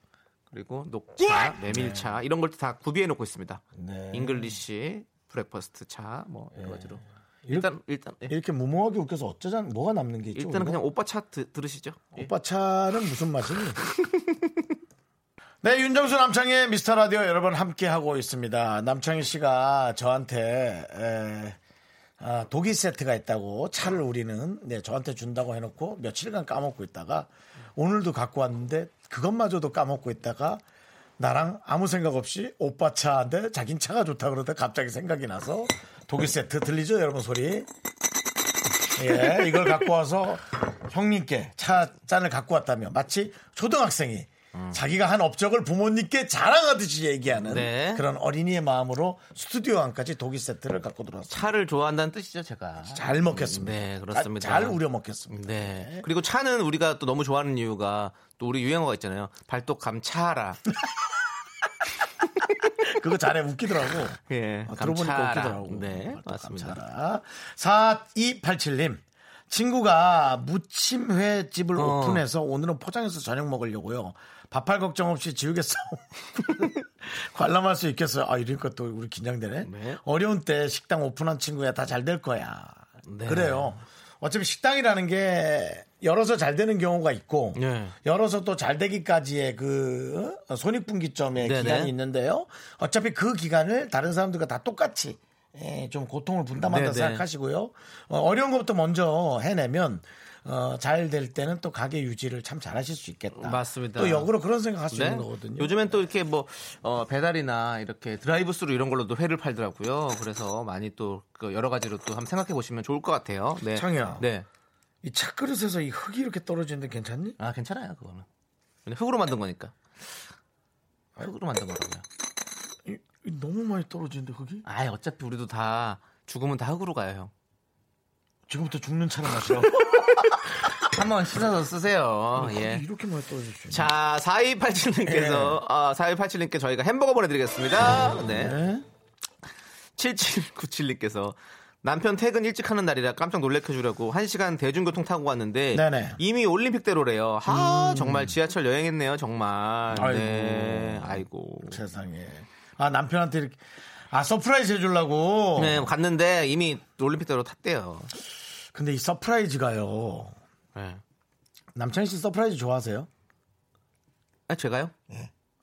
B: 그리고 녹차, 메밀차 이런 걸 다 구비해 놓고 있습니다.
A: 예! 네. 예.
B: 잉글리시, 브렉퍼스트 차, 뭐 여러 가지로. 일단 일단 예.
A: 이렇게 무모하게 웃겨서 어쩌자 뭐가 남는 게 있죠?
B: 일단은
A: 우리가?
B: 그냥 오빠 차 드, 들으시죠. 예.
A: 오빠 차는 무슨 맛이니? 네, 윤정수 남창의 미스터 라디오 여러분 함께 하고 있습니다. 남창희 씨가 저한테 에, 아, 독일 세트가 있다고 차를 우리는 네, 저한테 준다고 해놓고 며칠간 까먹고 있다가 오늘도 갖고 왔는데 그것마저도 까먹고 있다가 나랑 아무 생각 없이 오빠 차인데 자긴 차가 좋다 그러다 갑자기 생각이 나서 독일 세트 들리죠 여러분 소리? 예, 이걸 갖고 와서 형님께 차 잔을 갖고 왔다며 마치 초등학생이 자기가 한 업적을 부모님께 자랑하듯이 얘기하는
B: 네.
A: 그런 어린이의 마음으로 스튜디오 안까지 독일 세트를 갖고 들어왔습니다.
B: 차를 좋아한다는 뜻이죠, 제가.
A: 잘 먹겠습니다.
B: 네, 그렇습니다.
A: 잘, 잘 우려 먹겠습니다.
B: 네. 그리고 차는 우리가 또 너무 좋아하는 이유가 또 우리 유행어가 있잖아요. 발톱 감차라.
A: 그거 잘해 웃기더라고.
B: 예,
A: 어, 들어보니까
B: 감차라.
A: 웃기더라고.
B: 네,
A: 어,
B: 맞습니다.
A: 감차라. 4287님. 친구가 무침회 집을
B: 어.
A: 오픈해서 오늘은 포장해서 저녁 먹으려고요. 밥할 걱정 없이 지우겠어. 관람할 수 있겠어요. 아, 이러니까 또 우리 긴장되네.
B: 네.
A: 어려운 때 식당 오픈한 친구야 다 잘 될 거야.
B: 네.
A: 그래요. 어차피 식당이라는 게 열어서 잘 되는 경우가 있고
B: 네.
A: 열어서 또 잘 되기까지의 그 어, 손익분기점의
B: 네네.
A: 기간이 있는데요. 어차피 그 기간을 다른 사람들과 다 똑같이 예, 좀 고통을 분담한다
B: 네네.
A: 생각하시고요. 어, 려운 것부터 먼저 해내면 어, 잘 될 때는 또 가게 유지를 참 잘하실 수 있겠다.
B: 맞습니다. 네.
A: 또 역으로 그런 생각할 수 있는 거거든요.
B: 요즘엔 또 이렇게 뭐 어, 배달이나 이렇게 드라이브스루 이런 걸로도 회를 팔더라고요. 그래서 많이 또그 여러 가지로 또 한번 생각해 보시면 좋을 것 같아요. 네.
A: 창희야.
B: 네.
A: 이 차그릇에서 이 흙이 이렇게 떨어지는데 괜찮니?
B: 아 괜찮아요 그거는. 근데 흙으로 만든 거니까. 흙으로 만든 거라고요.
A: 이- 이 너무 많이 떨어지는데 흙이?
B: 아 어차피 우리도 다 죽으면 다 흙으로 가요 형.
A: 지금부터 죽는 차를 마셔.
B: 한번 씻어서 쓰세요. 예.
A: 이렇게 많이 떨어질 수 있나?
B: 자, 4287님께서, 아, 4287님께 저희가 햄버거 보내드리겠습니다. 네.
A: 네.
B: 7797님께서 남편 퇴근 일찍 하는 날이라 깜짝 놀래켜주려고 1시간 대중교통 타고 왔는데
A: 네네.
B: 이미 올림픽대로래요. 하, 정말 지하철 여행했네요, 정말. 네. 아이고.
A: 세상에. 아 남편한테 이렇게 아 서프라이즈 해주려고.
B: 네, 갔는데 이미 올림픽대로 탔대요.
A: 근데 이 서프라이즈가요.
B: 네.
A: 남창희 씨 서프라이즈 좋아하세요?
B: 아, 제가요?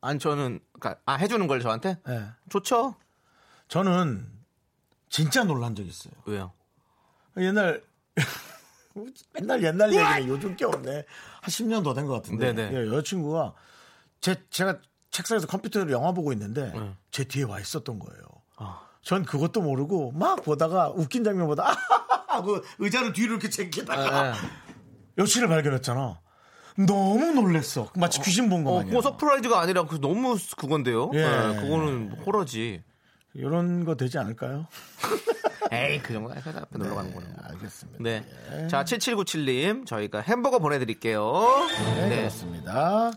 B: 아니, 저는, 그러니까, 아, 해주는 걸 저한테?
A: 예.
B: 좋죠?
A: 저는 진짜 놀란 적 있어요.
B: 왜요?
A: 옛날 맨날 옛날 얘기네 요즘 게 없네. 한 10년 더 된 것 같은데.
B: 네네.
A: 예, 여자친구가 제 제가 책상에서 컴퓨터로 영화 보고 있는데
B: 네.
A: 제 뒤에 와 있었던 거예요.
B: 아.
A: 전 그것도 모르고 막 보다가 웃긴 장면 보다 하고 의자를 뒤로 이렇게
B: 네,
A: 제끼다가 여친을 발견했잖아. 너무 놀랬어. 마치 귀신 본 거
B: 어,
A: 마냥.
B: 그거 서프라이즈가 아니라 그 너무 그건데요.
A: 예.
B: 예, 그거는 호러지.
A: 이런 거 되지 않을까요?
B: 에이, 그 정도는 회사 앞에 놀러 가는 거는.
A: 네, 알겠습니다.
B: 네. 자, 7797님, 저희가 햄버거 보내드릴게요.
A: 네,
B: 네.
A: 그렇습니다.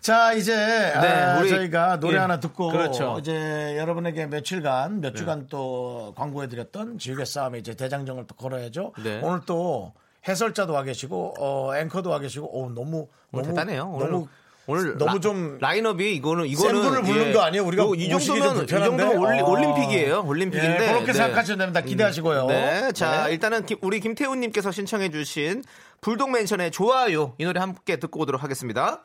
A: 자 이제 아,
B: 우리-
A: 저희가 노래
B: 예,
A: 하나 듣고
B: 그렇죠. 네.
A: 이제 여러분에게 며칠간 몇 주간 또 광고해드렸던 지우개 싸움에 이제 대장정을 또 걸어야죠.
B: 네.
A: 오늘 또 해설자도 와 계시고 어, 앵커도 와 계시고 어, 너무
B: 오늘
A: 너무
B: 대단해요. 오늘,
A: 너무
B: 오늘
A: 너무
B: 라-
A: 좀
B: 라인업이 이거는 이거는 예.
A: 센불을 부르는 거 아니에요? 우리가
B: 요거 이
A: 모시기 좀
B: 정도면 이
A: 불편한데?
B: 정도면 올리,
A: 어.
B: 올림픽이에요. 올림픽인데
A: 예, 그렇게
B: 네.
A: 생각하시면 됩니다. 기대하시고요.
B: 네, 자
A: 네.
B: 일단은 김- 우리 김태훈님께서 신청해주신 불독맨션의 좋아요 이 노래 함께 듣고 오도록 하겠습니다.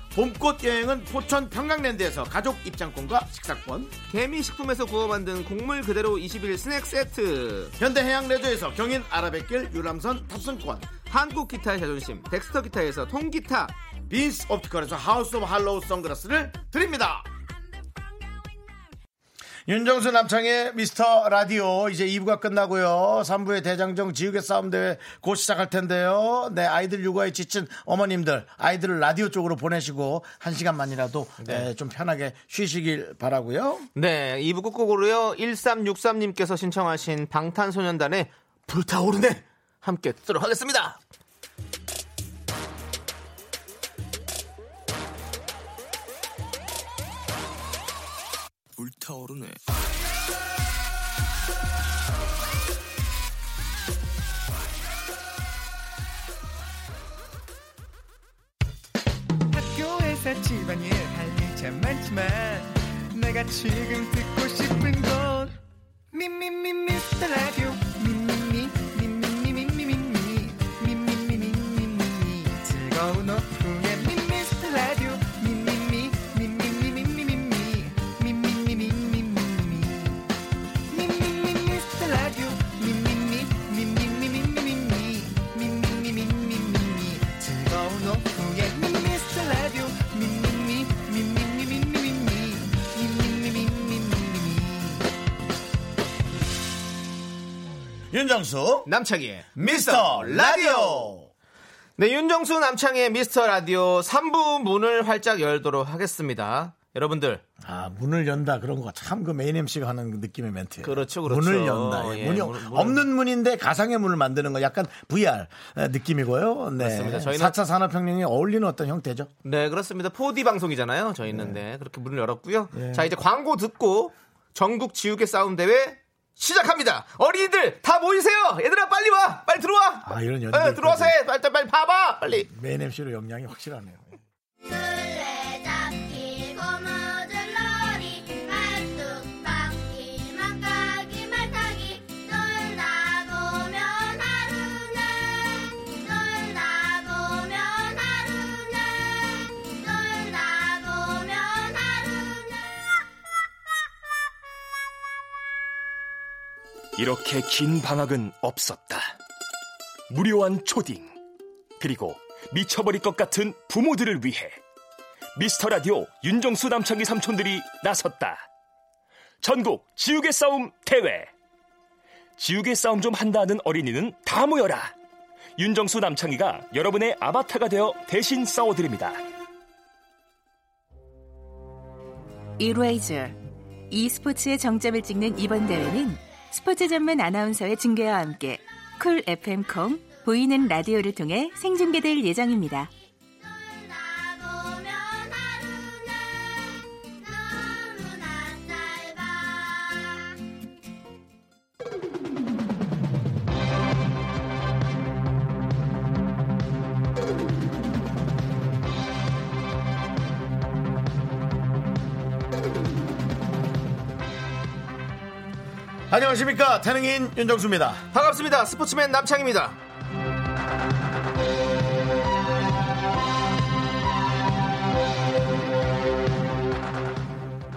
A: 봄꽃 여행은 포천 평강랜드에서 가족 입장권과 식사권,
B: 개미식품에서 구워 만든 곡물 그대로 21 스낵 세트,
A: 현대해양레저에서 경인 아라뱃길 유람선 탑승권,
B: 한국 기타의 자존심 덱스터 기타에서 통기타,
A: 빈스 옵티컬에서 하우스 오브 할로우 선글라스를 드립니다. 윤정수 남창의 미스터 라디오 이제 2부가 끝나고요. 3부의 대장정 지우개 싸움 대회 곧 시작할 텐데요. 네, 아이들 육아에 지친 어머님들 아이들을 라디오 쪽으로 보내시고 한 시간만이라도 예, 좀 편하게 쉬시길 바라고요.
B: 네, 2부 끝곡으로요. 1363님께서 신청하신 방탄소년단의 불타오르네 함께 듣도록 하겠습니다.
F: 학교에서 집안일 할 일 참 많지만 내가 지금 듣고 싶은 건 미미미 미스터 라디오 미미미 미미미 미미미 미미미 미미미 즐거운 오후에 미스터 라디오 미미미 미미미 미미미 미미미 미미미
A: 윤정수
B: 남창희의
A: 미스터 라디오.
B: 네, 윤정수 남창의 미스터 라디오 3부 문을 활짝 열도록 하겠습니다. 여러분들,
A: 아 문을 연다 그런 거 참 그 메인 MC가 하는 그 느낌의 멘트예요.
B: 그렇죠, 그렇죠.
A: 문을 연다. 예,
B: 예,
A: 문이
B: 문- 문을-
A: 없는 문인데 가상의 문을 만드는 거 약간 VR 느낌이고요. 네.
B: 맞습니다. 저희는-
A: 4차 산업혁명에 어울리는 어떤 형태죠.
B: 네, 그렇습니다. 4D 방송이잖아요. 저희는 네, 그렇게 문을 열었고요.
A: 예.
B: 자, 이제 광고 듣고 전국 지우개 싸움 대회 시작합니다. 어린이들 다 모이세요. 얘들아 빨리 와. 빨리 들어와.
A: 아, 이런 연기들까지.
B: 네, 들어와서 해. 빨리 빨리 봐봐. 빨리.
A: 메인 MC로 역량이 확실하네요. 예.
C: 술래잡기 고무줄놀이 말뚝박기 막가기 말타기 놀다 보면 하루는 놀다 보면 하루는 놀다 보면
G: 이렇게 긴 방학은 없었다. 무료한 초딩, 그리고 미쳐버릴 것 같은 부모들을 위해 미스터 라디오 윤정수 남창기 삼촌들이 나섰다. 전국 지우개 싸움 대회. 지우개 싸움 좀 한다는 어린이는 다 모여라. 윤정수 남창희가 여러분의 아바타가 되어 대신 싸워드립니다.
H: 이레이저 e스포츠의 정점을 찍는 이번 대회는 스포츠 전문 아나운서의 중계와 함께 쿨 FM 콩 보이는 라디오를 통해 생중계될 예정입니다.
C: 하루는 너무나 짧아
A: 안녕하십니까 태능인 윤정수입니다.
B: 반갑습니다. 스포츠맨 남창입니다.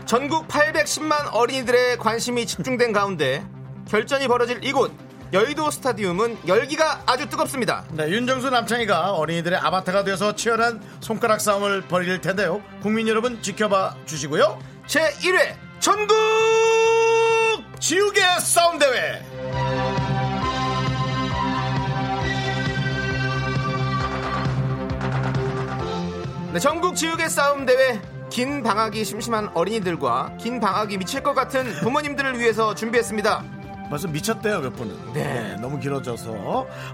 B: 전국 810만 어린이들의 관심이 집중된 가운데 결전이 벌어질 이곳 여의도 스타디움은 열기가 아주 뜨겁습니다.
A: 네, 윤정수 남창희가 어린이들의 아바타가 되어서 치열한 손가락 싸움을 벌일 텐데요. 국민 여러분 지켜봐 주시고요.
B: 제1회 전국
A: 지우개 싸움 대회.
B: 네, 전국 지우개 싸움 대회 긴 방학이 심심한 어린이들과 긴 방학이 미칠 것 같은 부모님들을 위해서 준비했습니다.
A: 벌써 미쳤대요 몇 분은. 네, 너무 길어져서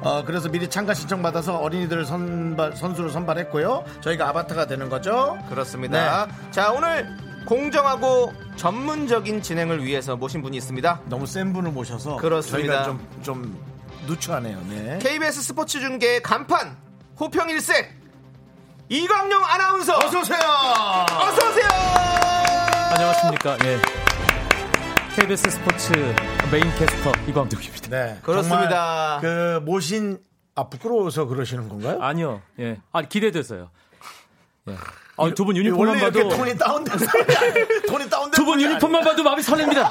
A: 어, 그래서 미리 참가 신청 받아서 어린이들을 선발 선수로 선발했고요. 저희가 아바타가 되는 거죠.
B: 그렇습니다. 자, 오늘 공정하고 전문적인 진행을 위해서 모신 분이 있습니다.
A: 너무 센 분을 모셔서
B: 그렇습니다.
A: 저희가 좀 좀 누추하네요. 네.
B: KBS 스포츠 중계 간판 호평 일색 이광용 아나운서
A: 어서 오세요.
B: 어서 오세요.
I: 안녕하십니까. 예. KBS 스포츠 메인 캐스터 이광덕입니다.
A: 네,
B: 그렇습니다.
A: 정말 그 모신 아 부끄러워서 그러시는 건가요?
I: 아니요. 예. 아, 기대돼서요. 예. 아, 두분
A: 원래
I: 유니폼만
A: 이렇게
I: 봐도
A: 톤이 다운된 소리 아니에요. 톤이 다운된
I: 두 분
A: 소리
I: 유니폼만 봐도 마음이 설렙니다.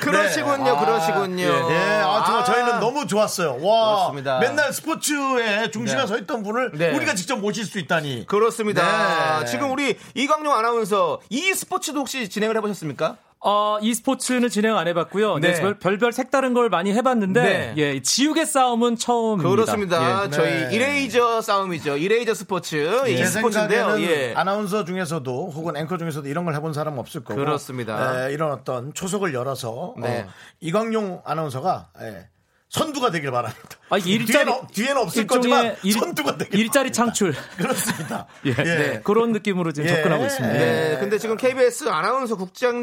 B: 그러시군요. 그러시군요.
A: 네. 아니에요. 예, 아, 정말 저희는 너무 좋았어요. 와,
B: 그렇습니다.
A: 맨날 스포츠에 중심에
B: 네.
A: 서 있던 분을
B: 네.
A: 우리가 직접 모실 수 있다니.
B: 그렇습니다.
A: 네.
B: 지금 우리 이광용 아나운서 이 스포츠도 혹시 진행을 해보셨습니까?
I: 어, e스포츠는 진행 안 해봤고요. 네.
B: 네.
I: 별, 별별 색다른 걸 많이 해봤는데,
B: 네.
I: 예, 지우개 싸움은 처음입니다.
B: 그렇습니다.
I: 예.
B: 저희 이레이저 싸움이죠. 이레이저 스포츠. 이게
A: 네. 제
B: 스포츠인데요.
A: 생각에는
B: 예.
A: 아나운서 중에서도 혹은 앵커 중에서도 이런 걸 해본 사람은 없을 거고
B: 그렇습니다.
A: 예, 이런 어떤 초석을 열어서
B: 네.
A: 어, 이광용 아나운서가 예, 선두가 되길 바랍니다.
I: 아, 이게 일자리-
A: 뒤에는, 없- 뒤에는 없을
I: 일종의
A: 거지만
I: 일-
A: 선두가 되길
I: 일자리
A: 바랍니다.
I: 창출.
A: 그렇습니다.
I: 예.
A: 예.
I: 네. 그런 느낌으로 지금
A: 예.
I: 접근하고 있습니다.
A: 예.
B: 네, 근데 지금 KBS 아나운서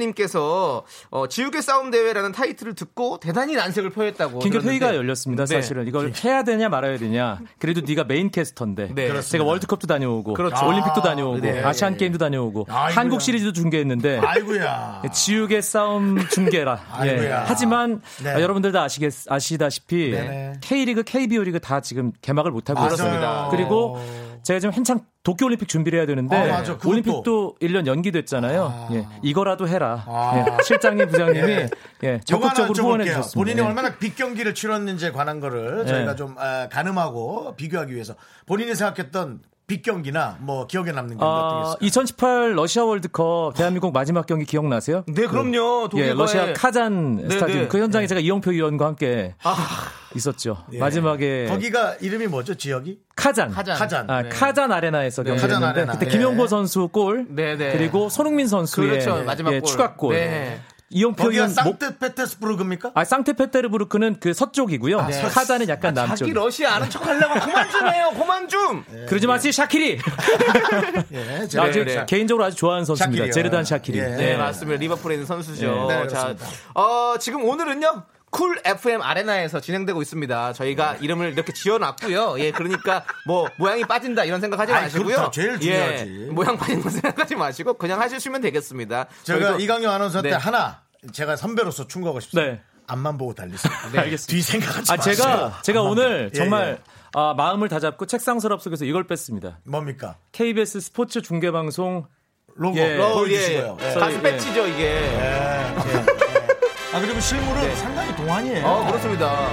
B: 국장님께서 어, 지우개 싸움 대회라는 타이틀을 듣고 대단히 난색을 표했다고.
I: 긴급 회의가
B: 들었는데.
I: 열렸습니다.
B: 네.
I: 사실은 이걸
A: 예.
I: 해야 되냐 말아야 되냐. 그래도 네가 메인 캐스터인데
B: 네.
I: 제가 월드컵도 다녀오고
B: 그렇죠.
I: 올림픽도 다녀오고
B: 네.
I: 아시안 게임도 다녀오고
A: 아이고야.
I: 한국 시리즈도 중계했는데
A: 아이고야.
I: 예, 지우개 싸움 중계라. 예.
A: 아이고야.
I: 하지만
A: 네.
I: 아, 여러분들 다 아시겠, 아시다시피
A: 네네.
I: K리그, KBO 리그 다 지금 개막을 못하고
A: 맞아요.
I: 있습니다. 그리고 제가 지금 한창 도쿄올림픽 준비를 해야 되는데
A: 아, 맞아. 그것도.
I: 올림픽도 1년 연기됐잖아요. 예. 이거라도 해라.
A: 아.
I: 예. 실장님, 부장님이
A: 예.
I: 예.
A: 저거 하나
I: 적극적으로 후원해
A: 여쭤볼게요.
I: 주셨습니다.
A: 본인이
I: 예.
A: 얼마나 빅 경기를 치렀는지에 관한 거를 저희가 좀 아, 가늠하고 비교하기 위해서 본인이 생각했던 빅 경기나 뭐 기억에 남는 경기 어떤 게
I: 아,
A: 있어요?
I: 2018 러시아 월드컵 대한민국 마지막 경기 기억나세요?
B: 네,
A: 어,
B: 그럼요. 독일
I: 예,
A: 네,
I: 러시아 카잔 스타디움
B: 네.
I: 그 현장에 제가 이영표 의원과 함께
B: 아,
I: 있었죠. 마지막에
A: 예. 거기가 이름이 뭐죠? 지역이?
I: 카잔,
B: 카잔.
A: 카잔.
I: 아,
B: 네.
I: 카잔 아레나에서
B: 네.
I: 경기했는데
A: 카잔 아레나.
I: 그때
A: 네.
I: 김용고 선수 골
B: 네, 네.
I: 그리고 손흥민 선수의
B: 그렇죠. 마지막
I: 예,
B: 골.
I: 추가골
B: 네.
I: 이영표
A: 거기가
I: 의원 목
A: 상트페테스부르크입니까?
I: 아, 상트페테르부르크는 그 서쪽이고요.
A: 아,
I: 카잔은 약간 남쪽.
B: 자기 러시아 아는 척 하려고 그만 좀 해요. 그만 좀.
A: 네.
I: 그러지 마세요, 샤키리.
A: 예,
I: 나
A: 제가
I: 지금
B: 네.
I: 개인적으로 아주 좋아하는 선수입니다.
A: 샤키리요.
I: 제르단 샤키리.
A: 예.
B: 네, 맞습니다. 리버풀에 있는 선수죠.
A: 네, 네,
B: 자,
A: 그렇습니다.
B: 어, 지금 오늘은요. 쿨 FM 아레나에서 진행되고 있습니다.
A: 네.
B: 저희가 이름을 이렇게 지어놨고요. 예, 그러니까 뭐 모양이 빠진다 이런 생각하지
A: 아이,
B: 마시고요. 예,
A: 그렇다. 제일 중요하지.
B: 모양 빠진 거 생각하지 마시고 그냥 하시면 되겠습니다.
A: 제가
B: 저희도-
A: 이강용 아나운서한테
B: 네.
A: 하나 제가 선배로서 충고하고 싶습니다.
I: 네.
A: 앞만 보고 달리세요.
I: 알겠습니다.
A: 뒤 생각하지
I: 아,
A: 마세요.
I: 제가, 제가
A: 앞만
I: 오늘
A: 봐. 예,
I: 정말
A: 예.
I: 아, 마음을 다 잡고 책상 서랍 속에서 이걸 뺐습니다.
A: 뭡니까?
I: KBS 스포츠 중계방송
A: 로고
I: 예.
B: 어,
A: 보여주시고요.
B: 예.
A: 예.
I: 가-
B: 가슴
I: 예.
B: 배치죠 이게.
A: 아 그리고 실물은
I: 네.
A: 상당히 동안이에요.
B: 어, 그렇습니다.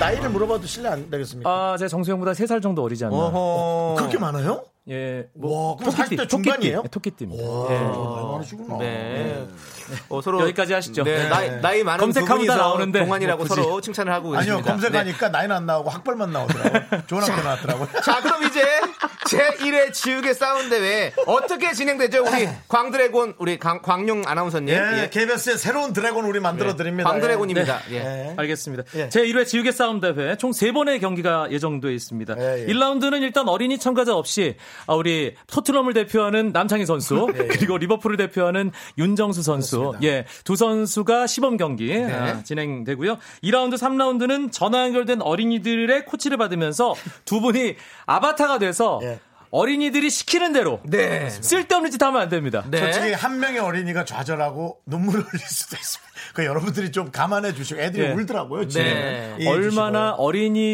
A: 나이를 물어봐도 실례 안 되겠습니까?
I: 아, 제가 정수영보다 3살 정도 어리지 않나.
B: 어허.
A: 그렇게 많아요?
I: 예.
A: 와, 뭐, 네, 그럼 40대 중반이에요?
I: 토끼띠입니다. 예.
A: 와, 많으시구나.
B: 네. 어, 서로
I: 여기까지 하시죠.
B: 네,
I: 네.
B: 나이, 나이 많은
I: 검색하면 다
B: 두 분이서
I: 나오는데
B: 동안이라고
I: 뭐 굳이.
B: 서로 칭찬을 하고 계십니다.
A: 아니요,
B: 네.
A: 검색하니까 나이는 안 나오고 학벌만 나오더라고요. 좋은 학교 나왔더라고요.
B: 자, 그럼 이제 제1회 지우개 싸움 대회 어떻게 진행되죠? 우리 광드래곤 우리 광, 광룡 아나운서님.
A: 아. 예,
B: 예.
A: KBS의 새로운 드래곤 우리 만들어 네. 드립니다.
B: 광드래곤입니다.
A: 예.
B: 예.
A: 예.
I: 알겠습니다.
A: 예.
I: 제1회 지우개 싸움 대회 총 3번의 경기가 예정돼 있습니다.
A: 예, 예.
I: 1라운드는 일단 어린이 참가자 없이 아, 우리 토트넘을 대표하는 남창희 선수
A: 예,
I: 그리고 리버풀을 대표하는 윤정수 선수 예, 두 선수가 시범 경기
A: 네.
I: 아, 진행되고요. 2라운드, 3라운드는 전화 연결된 어린이들의 코치를 받으면서 두 분이 아바타가 돼서
A: 예.
I: 어린이들이 시키는 대로
B: 네.
I: 쓸데없는 짓 하면 안 됩니다.
A: 솔직히 한 명의 어린이가 좌절하고 눈물을 흘릴 수도 있습니다. 그 여러분들이 좀 감안해 주시고 애들이
I: 예.
A: 울더라고요. 예, 지금.
B: 네.
A: 이해해
I: 얼마나
A: 주시고요.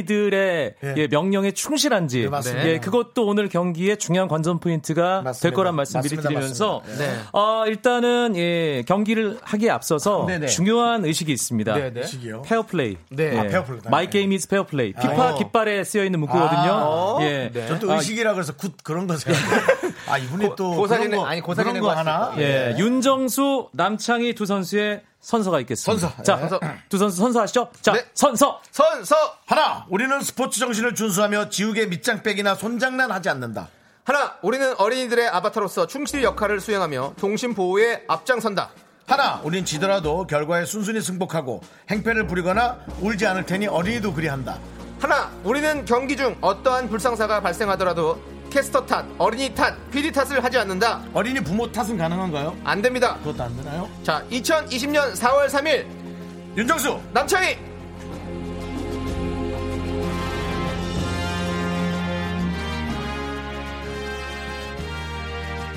I: 어린이들의
A: 예.
I: 예, 명령에 충실한지
A: 네, 맞습니다.
I: 예, 그것도 오늘 경기의 중요한 관전 포인트가 될
A: 맞습니다.
I: 거란 말씀 미리
A: 맞습니다.
I: 드리면서
B: 맞습니다. 네.
I: 어, 일단은 예, 경기를 하기에 앞서서
B: 네, 네.
I: 중요한 의식이 있습니다. 예.
B: 네, 네.
A: 의식이요?
I: 페어플레이.
B: 네. 아,
A: 페어플레이.
I: 마이 게임 이즈 페어플레이. 피파
A: 어.
I: 깃발에 쓰여 있는 문구거든요.
A: 아,
I: 예.
A: 전 또 의식이라 그래서 굿 그런 거 생각해요. 아, 이분이 또.
B: 고사진에-
A: 그런 거,
B: 아니, 고사진에
A: 그런 거 하나?
B: 봤을
I: 예, 윤정수, 남창희 두 선수의 선서가 있겠습니다.
A: 선서.
I: 자,
A: 예.
I: 선서. 두 선수 선서하시죠. 자,
B: 네.
I: 선서.
B: 선서
A: 하나, 우리는 스포츠 정신을 준수하며 지우개 밑장 빼기나 손장난 하지 않는다.
B: 하나 우리는 어린이들의 아바타로서 충실 역할을 수행하며 동심 보호에 앞장선다.
A: 하나, 우린 지더라도 결과에 순순히 승복하고 행패를 부리거나 울지 않을 테니 어린이도 그리한다.
B: 하나 우리는 경기 중 어떠한 불상사가 발생하더라도 캐스터 탓, 어린이 탓, PD 탓을 하지 않는다.
A: 어린이 부모 탓은 가능한가요?
B: 안 됩니다.
A: 그것도 안 되나요?
B: 자, 2020년 4월 3일
A: 윤정수!
B: 남창희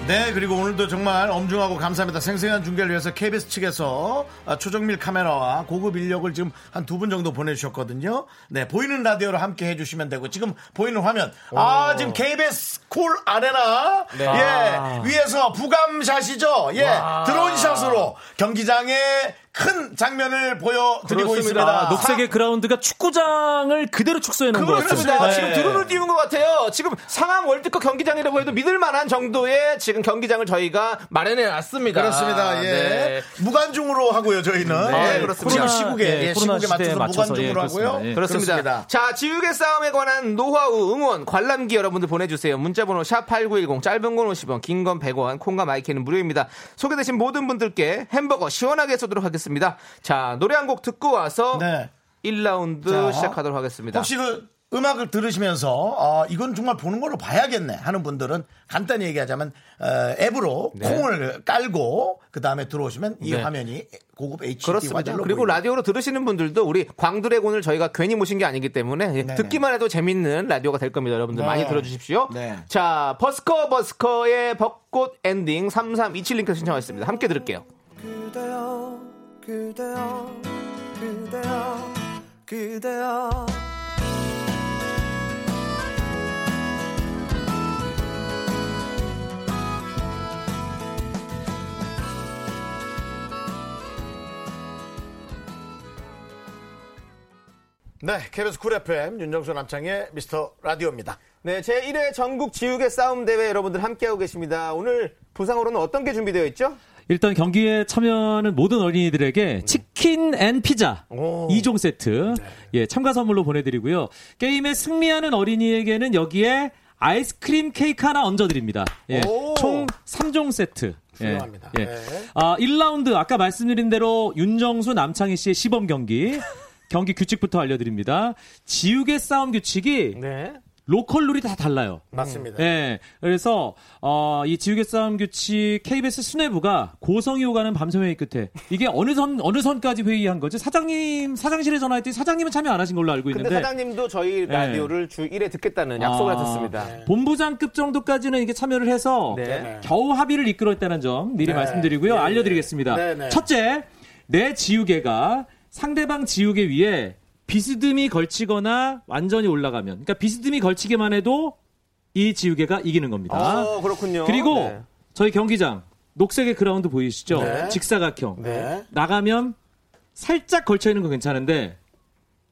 A: 네, 그리고 오늘도 정말 엄중하고 감사합니다. 생생한 중계를 위해서 KBS 측에서 아, 초정밀 카메라와 고급 인력을 지금 한 두 분 정도 보내주셨거든요. 네, 보이는 라디오로 함께 해주시면 되고, 지금 보이는 화면. 아, 지금 KBS 콜 아레나. 예, 위에서 부감샷이죠. 예, 드론샷으로 경기장의 큰 장면을 보여드리고
B: 그렇습니다.
A: 있습니다.
B: 아,
I: 녹색의 그라운드가 축구장을 그대로 축소해 놓은 것
B: 그렇습니다.
I: 같아요.
B: 지금
I: 네.
B: 드론을 띄운 것 같아요. 지금 상암 월드컵 경기장이라고 해도 믿을 만한 정도의 지금 경기장을 저희가 마련해 놨습니다.
A: 그렇습니다. 예.
B: 네.
A: 무관중으로 하고요, 저희는.
B: 네,
A: 예,
B: 그렇습니다.
A: 지금
I: 코로나,
A: 시국에,
I: 예,
A: 예,
I: 코로나
A: 시국에
I: 시대에
A: 맞춰서
I: 맞춰서, 예,
A: 무관중으로
I: 그렇습니다.
A: 하고요.
I: 예.
B: 그렇습니다. 자, 지우개 싸움에 관한 노하우, 응원, 관람기 여러분들 보내주세요. 문자번호 샵8910, 짧은 건 50원, 긴 건 100원, 콩과 마이크는 무료입니다. 소개되신 모든 분들께 햄버거 시원하게 쏘도록 하겠습니다. 자, 노래 한 곡 듣고 와서
A: 네.
B: 1라운드
A: 자,
B: 시작하도록 하겠습니다.
A: 혹시 그 음악을 들으시면서 어, 이건 정말 보는 걸로 봐야겠네 하는 분들은 간단히 얘기하자면 어, 앱으로
I: 네.
A: 콩을 깔고 그 다음에 들어오시면 이
B: 네.
A: 화면이 고급 HD
B: 그렇습니다.
A: 화질로
B: 그리고
A: 보입니다.
B: 라디오로 들으시는 분들도 우리 광드래곤을 저희가 괜히 모신 게 아니기 때문에 예,
A: 네네.
B: 듣기만 해도 재밌는 라디오가 될 겁니다. 여러분들
A: 네.
B: 많이 들어주십시오.
A: 네.
B: 자, 버스커 버스커의 벚꽃 엔딩 3327링크 신청하셨습니다. 함께 들을게요.
F: 그대여 그대여 그대여 그대여
A: 네, KBS 쿨 FM 윤정수 남창의 미스터 라디오입니다.
B: 네, 제 1회 전국 지우개 싸움 대회 여러분들 함께하고 계십니다. 오늘 부상으로는 어떤 게 준비되어 있죠?
I: 일단 경기에 참여하는 모든
A: 네.
I: 어린이들에게 치킨 앤 피자
B: 오.
I: 2종 세트 예, 참가 선물로 보내드리고요. 게임에 승리하는 어린이에게는 여기에 아이스크림 케이크 하나 얹어드립니다. 예,
A: 오.
I: 총 3종 세트.
A: 훌륭합니다.
I: 예, 예.
A: 네.
I: 아, 1라운드 아까 말씀드린 대로 윤정수 남창희 씨의 시범 경기 경기 규칙부터 알려드립니다. 지우개 싸움 규칙이
B: 네.
I: 로컬 룰이 다 달라요.
B: 음.
A: 맞습니다.
I: 예. 그래서 어, 이 지우개 싸움 규칙 KBS 수뇌부가 고성이 오가는 밤새 회의 끝에 이게 어느 선 어느 선까지 회의한 거지? 사장님 사장실에 전화했더니 사장님은 참여 안 하신 걸로 알고
B: 근데
I: 있는데
B: 사장님도 저희 라디오를 주 1회 듣겠다는 약속을
I: 아.
B: 하셨습니다.
A: 네.
I: 본부장급 정도까지는 이게 참여를 해서
B: 네.
I: 겨우 합의를 이끌었다는 점 미리 말씀드리고요. 알려드리겠습니다.
A: 네, 네.
I: 첫째, 내 지우개가 상대방 지우개 위에 비스듬히 걸치거나 완전히 올라가면, 그러니까 비스듬히 걸치기만 해도 이 지우개가 이기는 겁니다.
B: 어, 그렇군요.
I: 그리고
B: 네.
I: 저희 경기장 녹색의 그라운드 보이시죠?
A: 네.
I: 직사각형.
A: 네.
I: 나가면 살짝 걸쳐 있는 건 괜찮은데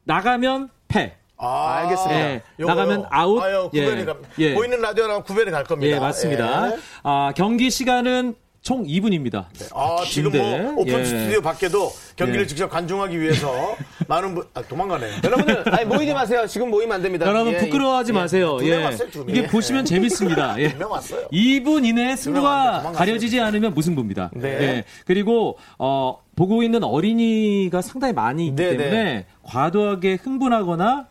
I: 나가면 패.
A: 아,
B: 알겠습니다.
I: 예, 나가면 아웃.
A: 아유, 구별이
I: 예,
A: 가-
I: 예.
A: 보이는 라디오랑 구별이 갈 겁니다.
I: 예, 맞습니다.
A: 예.
I: 아, 경기 시간은 총 2분입니다.
A: 아, 지금
I: 긴데,
A: 뭐 오픈
I: 예.
A: 스튜디오 밖에도 경기를
I: 예.
A: 직접 관중하기 위해서 많은 분 아, 도망가네.
B: 여러분들, 아니, 모이지 마세요. 지금 모이면 안 됩니다.
I: 여러분
B: 예,
I: 부끄러워하지 마세요. 예.
A: 두명 왔어요, 두 명.
I: 이게 보시면 재밌습니다. 예.
A: 두명 왔어요.
I: 2분 이내에
A: 안 돼,
I: 승부가
A: 도망갔어요.
I: 가려지지 않으면 무승부입니다.
B: 네.
I: 예. 그리고 어, 보고 있는 어린이가 상당히 많이 있기
B: 네, 네.
I: 때문에 과도하게 흥분하거나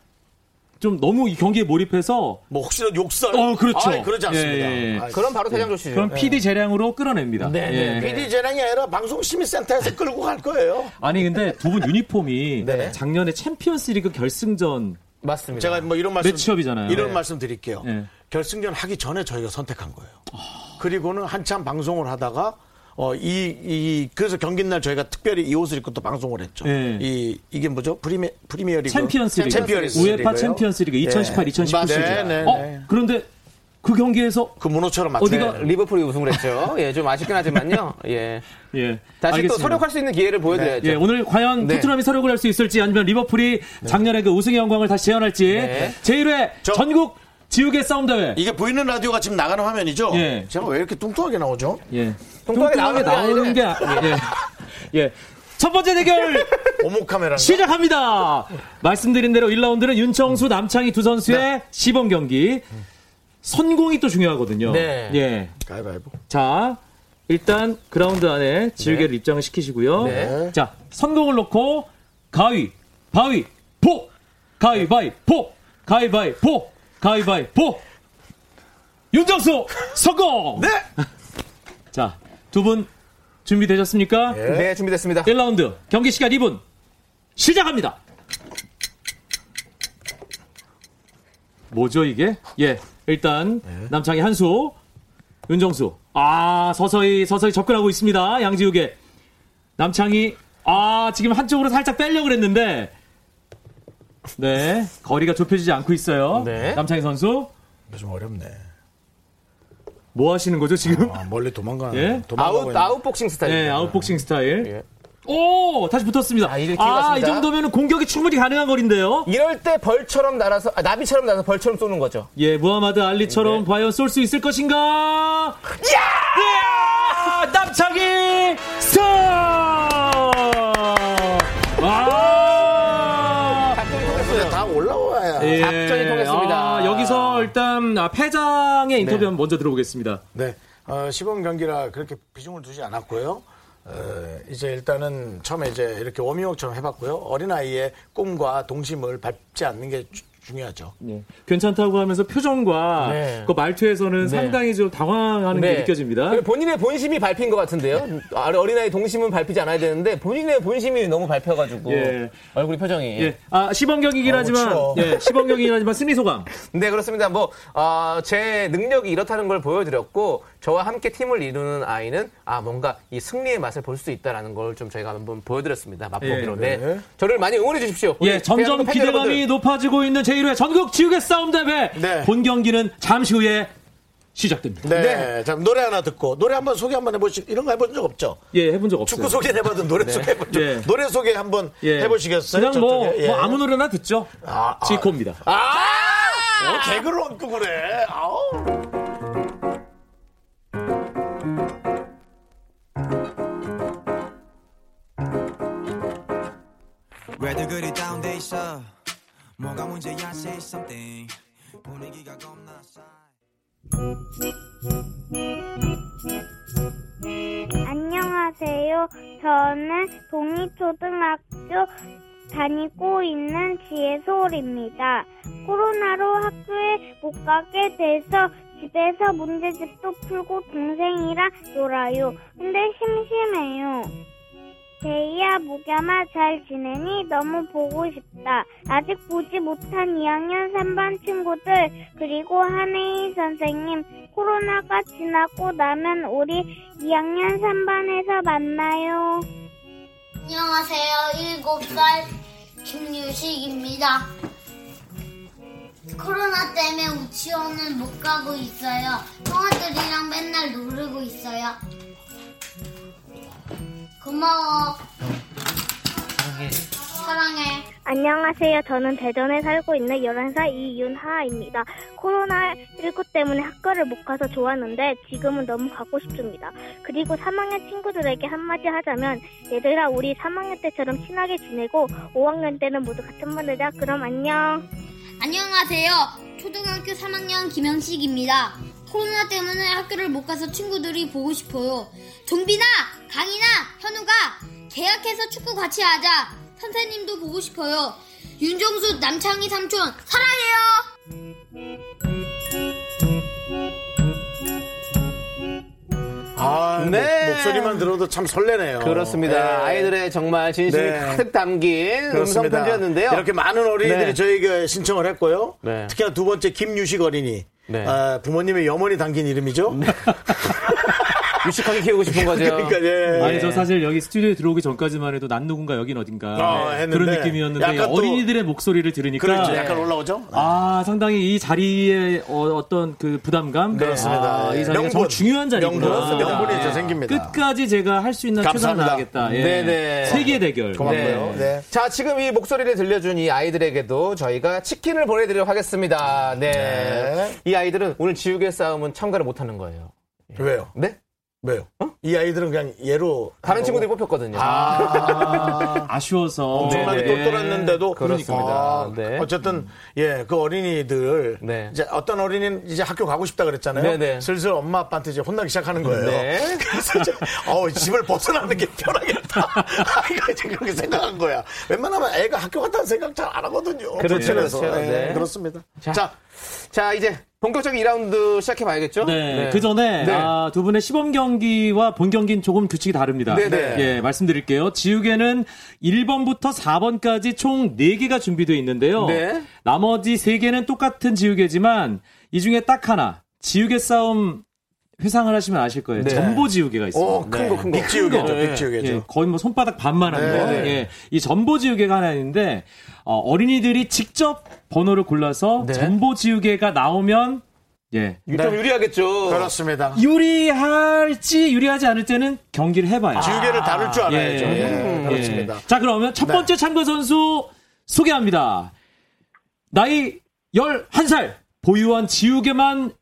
I: 좀 너무 이 경기에 몰입해서
A: 뭐 혹시나 욕설?
I: 어, 그렇죠.
A: 아이, 그러지 않습니다.
I: 예, 예, 예.
A: 아이,
B: 그럼 바로 퇴장 조치죠.
I: 그런 PD 재량으로 끌어냅니다.
A: 네, 네.
I: 예. 네.
A: PD 재량이 아니라 방송심의센터에서 끌고 갈 거예요.
I: 아니 근데 두 분 유니폼이
A: 네.
I: 작년에 챔피언스리그 결승전
B: 예, 맞습니다.
A: 제가 뭐 이런 말씀
I: 매치업이잖아요.
A: 이런
I: 네.
A: 말씀 드릴게요.
I: 네. 아.
A: 결승전 하기 전에 저희가 선택한 거예요. 그리고는 한참 방송을 하다가 어, 이, 이, 그래서 경기 날 저희가 특별히 이 옷을 입고 또 방송을 했죠.
I: 네.
A: 이, 이게 뭐죠? 프리미, 프리미어 리그.
I: 챔피언스 리그.
A: 챔피언스
I: 우에파
A: 리그예요.
I: 챔피언스 리그 2018,
A: 예.
I: 2019 시즌.
A: 네, 네,
I: 어,
A: 네.
I: 그런데 그 경기에서
A: 그 문호처럼 맞춰
I: 어디가-
A: 요
B: 리버풀이 우승을 했죠. 예, 좀 아쉽긴 하지만요. 예.
I: 예.
B: 다시
I: 알겠습니다.
B: 또 서력할 수 있는 기회를 보여드려야죠.
I: 예, 오늘 과연
B: 네.
I: 토트넘이 서력을 할 수 있을지 아니면 리버풀이 작년에 그 우승의 영광을 다시 재현할지
B: 네.
I: 제1회
A: 저-
I: 전국 지우개 싸움 대회.
A: 이게 보이는 라디오가 지금 나가는 화면이죠?
I: 예.
A: 제가 왜 이렇게 뚱뚱하게 나오죠?
I: 예.
B: 뚱뚱하게 나오는 게
I: 나오는 게 아- 예. 예. 첫 번째 대결
A: 오목 카메라.
I: 시작합니다. 말씀드린 대로 1라운드는 윤청수, 남창희 두 선수의 시범 경기. 선공이 또 중요하거든요.
B: 네.
I: 예.
A: 가위바위보.
I: 자, 일단 그라운드 안에 지우개를 입장을 시키시고요.
B: 네.
I: 자, 선공을 놓고 가위, 바위, 포! 가위바위, 포! 가위바위, 포! 가위바위, 포! 윤정수 성공!
A: 네!
I: 자, 두 분 준비되셨습니까?
B: 네. 준비됐습니다.
I: 1라운드 경기 시간 2분 시작합니다. 뭐죠 이게? 예, 일단
B: 네.
I: 남창희 한수, 윤정수. 아 서서히 서서히 접근하고 있습니다. 양지욱의 남창희. 아 지금 한쪽으로 살짝 빼려고 그랬는데 네 거리가 좁혀지지 않고 있어요.
B: 네.
I: 남창희 선수
A: 요즘 어렵네.
I: 뭐 하시는 거죠 지금?
A: 아, 멀리 도망가는.
I: 예?
A: 도망가고
B: 아웃,
A: 있는.
B: 아웃복싱 스타일.
I: 네 아웃복싱 스타일.
B: 예.
I: 오 다시 붙었습니다.
B: 아, 이렇게
I: 아, 이
B: 갔습니다.
I: 정도면 공격이 충분히 가능한 거리인데요.
B: 이럴 때 벌처럼 날아서 아, 나비처럼 날아서 벌처럼 쏘는 거죠.
I: 예, 무하마드 알리처럼
B: 네.
I: 과연 쏠 수 있을 것인가? 야! 남창이 쏠! 와!
A: 근데 다 올라와야.
I: 예.
B: 네. 작전이 통했습니다.
I: 아, 여기서 일단 아, 패장의 인터뷰
B: 네.
I: 한번 먼저 들어보겠습니다.
A: 네. 어, 시범 경기라 그렇게 비중을 두지 않았고요. 어, 이제 일단은 처음에 이제 이렇게 워밍업처럼 해봤고요. 어린아이의 꿈과 동심을 밟지 않는 게 주- 중요하죠.
I: 예. 괜찮다고 하면서 표정과
B: 네.
I: 그 말투에서는 상당히 좀 당황하는
B: 네.
I: 게 느껴집니다.
B: 그리고 본인의 본심이 밟힌 것 같은데요. 아, 어린아이 동심은 밟히지 않아야 되는데 본인의 본심이 너무 밟혀가지고
I: 예.
B: 얼굴 표정이.
I: 예. 아,
A: 어,
I: 시범경이긴 하지만,
A: 추워.
I: 예, 시범경이긴 하지만 승리 소감.
B: 네 그렇습니다. 뭐 제 능력이 이렇다는 걸 보여드렸고 저와 함께 팀을 이루는 아이는 아 뭔가 이 승리의 맛을 볼 수 있다라는 걸 좀 저희가 한번 보여드렸습니다. 맛보기로.
I: 예,
B: 네. 저를 많이 응원해 주십시오. 우리
I: 예, 점점
B: 대한민국 팬
I: 기대감이
B: 여러분들.
I: 높아지고 있는 제1회 전국 지우개 싸움 대회.
A: 네.
I: 본 경기는 잠시 후에 시작됩니다.
A: 네. 자, 노래 하나 듣고 노래 한번 소개 한번 해보시 이런 거 해본 적 없죠?
I: 예, 해본 적 없어요.
A: 축구 소개 해봐도 노래 소개 해본 적
I: 예.
A: 노래 소개 한번
I: 예.
A: 해보시겠어요?
I: 그냥 뭐,
A: 저쪽에? 예.
I: 뭐 아무 노래나 듣죠.
A: 아, 아.
I: 지코입니다.
A: 아! 어, 개그를 얹고 그래. 아우.
J: 왜들 그리 다운돼 있어 뭐가 문제야 say something 분위기가 겁나 싸
K: 안녕하세요. 저는 동이초등학교 다니고 있는 지혜솔입니다. 코로나로 학교에 못 가게 돼서 집에서 문제집도 풀고 동생이랑 놀아요. 근데 심심해요. 제이야, 목야마 잘 지내니? 너무 보고 싶다. 아직 보지 못한 2학년 3반 친구들, 그리고 한혜희 선생님, 코로나가 지나고 나면 우리 2학년 3반에서 만나요. 안녕하세요. 7살 김유식입니다. 코로나 때문에 우치원을 못 가고 있어요. 형아들이랑 맨날 놀고 있어요. 고마워. 사랑해. 안녕하세요. 저는 대전에 살고 있는 11살 이윤하입니다. 코로나19 때문에 학교를 못 가서 좋았는데 지금은 너무 가고 싶습니다. 그리고 3학년 친구들에게 한마디 하자면 얘들아 우리 3학년 때처럼 친하게 지내고 5학년 때는 모두 같은 반이다 그럼 안녕. 안녕하세요. 초등학교 3학년 김영식입니다. 코로나 때문에 학교를 못 가서 친구들이 보고 싶어요. 종빈아, 강인아, 현우가 계약해서 축구 같이 하자. 선생님도 보고 싶어요. 윤종수, 남창희 삼촌, 사랑해요.
A: 아,
B: 네.
A: 목- 목소리만 들어도 참 설레네요.
B: 그렇습니다.
A: 예.
B: 아이들의 정말 진심이
A: 네.
B: 가득 담긴 음성
A: 그렇습니다.
B: 편지였는데요.
A: 이렇게 많은 어린이들이
B: 네.
A: 저희에게 신청을 했고요.
B: 네.
A: 특히나 두 번째 김유식 어린이.
B: 네.
A: 아, 부모님의 염원이 담긴 이름이죠.
B: 유식하게 키우고 싶은 거죠.
A: 그러니까 예.
I: 아니 저 사실 여기 스튜디오에 들어오기 전까지만 해도 난 누군가 여긴 어딘가
A: 아, 했는데
I: 그런 느낌이었는데
A: 약간 또-
I: 어린이들의 목소리를 들으니까
A: 그렇죠. 약간 올라오죠.
I: 아 상당히 이 자리에 어, 떤그 부담감
A: 그렇습니다.
I: 아,
A: 예.
I: 이 자리가 정말 중요한 자리구나
A: 명분,
B: 아.
A: 명분이 이제
I: 예.
A: 생깁니다.
I: 끝까지 제가 할 수 있는 최선을
A: 감사합니다.
I: 다하겠다. 예.
B: 네네.
I: 세계 대결.
B: 네.
A: 고맙고요. 네.
B: 자, 지금 이 목소리를 들려준 이 아이들에게도 저희가 치킨을 보내드리도록 하겠습니다. 네.
A: 네.
B: 이 아이들은 오늘 지우개 싸움은 참가를 못하는 거예요.
A: 왜요?
B: 네?
A: 왜요? 이 아이들은 그냥 얘로
B: 다른
A: 하고
B: 친구들이 뽑혔거든요.
I: 아, 쉬워서 네.
A: 엄청나게 똘똘했는데도
B: 그렇습니다.
A: 아,
B: 네.
A: 어쨌든 예 그 어린이들
B: 네.
A: 이제 어떤 어린이는 이제 학교 가고 싶다 그랬잖아요.
B: 네, 네.
A: 슬슬 엄마 아빠한테 이제 혼나기 시작하는 거예요.
B: 네.
A: 그래서 이제 어우, 집을 벗어나는 게 편하겠다. 아이가 이제 그렇게 생각한 거야. 웬만하면 애가 학교 갔다는 생각 잘 안 하거든요.
B: 그렇죠,
A: 불편해서.
B: 그렇죠.
A: 예,
B: 네.
A: 그렇습니다.
B: 자, 자, 이제 본격적인 2라운드 시작해봐야겠죠?
I: 네, 그 전에
B: 네.
I: 아, 두 분의 시범 경기와 본 경기는 조금 규칙이 다릅니다.
B: 네, 네.
I: 예, 말씀드릴게요. 지우개는 1번부터 4번까지 총 4개가 준비되어 있는데요.
B: 네.
I: 나머지 3개는 똑같은 지우개지만 이 중에 딱 하나 지우개 싸움 회상을 하시면 아실 거예요.
B: 네.
I: 전보 지우개가 있습니다.
A: 오, 큰 거, 큰 거.
I: 큰
A: 어, 그 빅지우개죠,
I: 거. 예,
A: 빅지우개죠.
I: 거의 뭐 손바닥 반만한 거.
A: 네.
I: 예, 이 전보 지우개가 하나 있는데 어, 린이들이 직접 번호를 골라서 전보 지우개가 나오면 예.
B: 유리하면 유리하겠죠.
A: 그렇습니다.
I: 유리할지 유리하지 않을 때는 경기를 해봐요.
A: 아, 지우개를 다룰 줄 알아야죠.
I: 예.
A: 예,
I: 예.
A: 그렇습니다. 네.
I: 자, 그러면 첫 번째 참가 선수 소개합니다. 나이 11살, 보유한 지우개만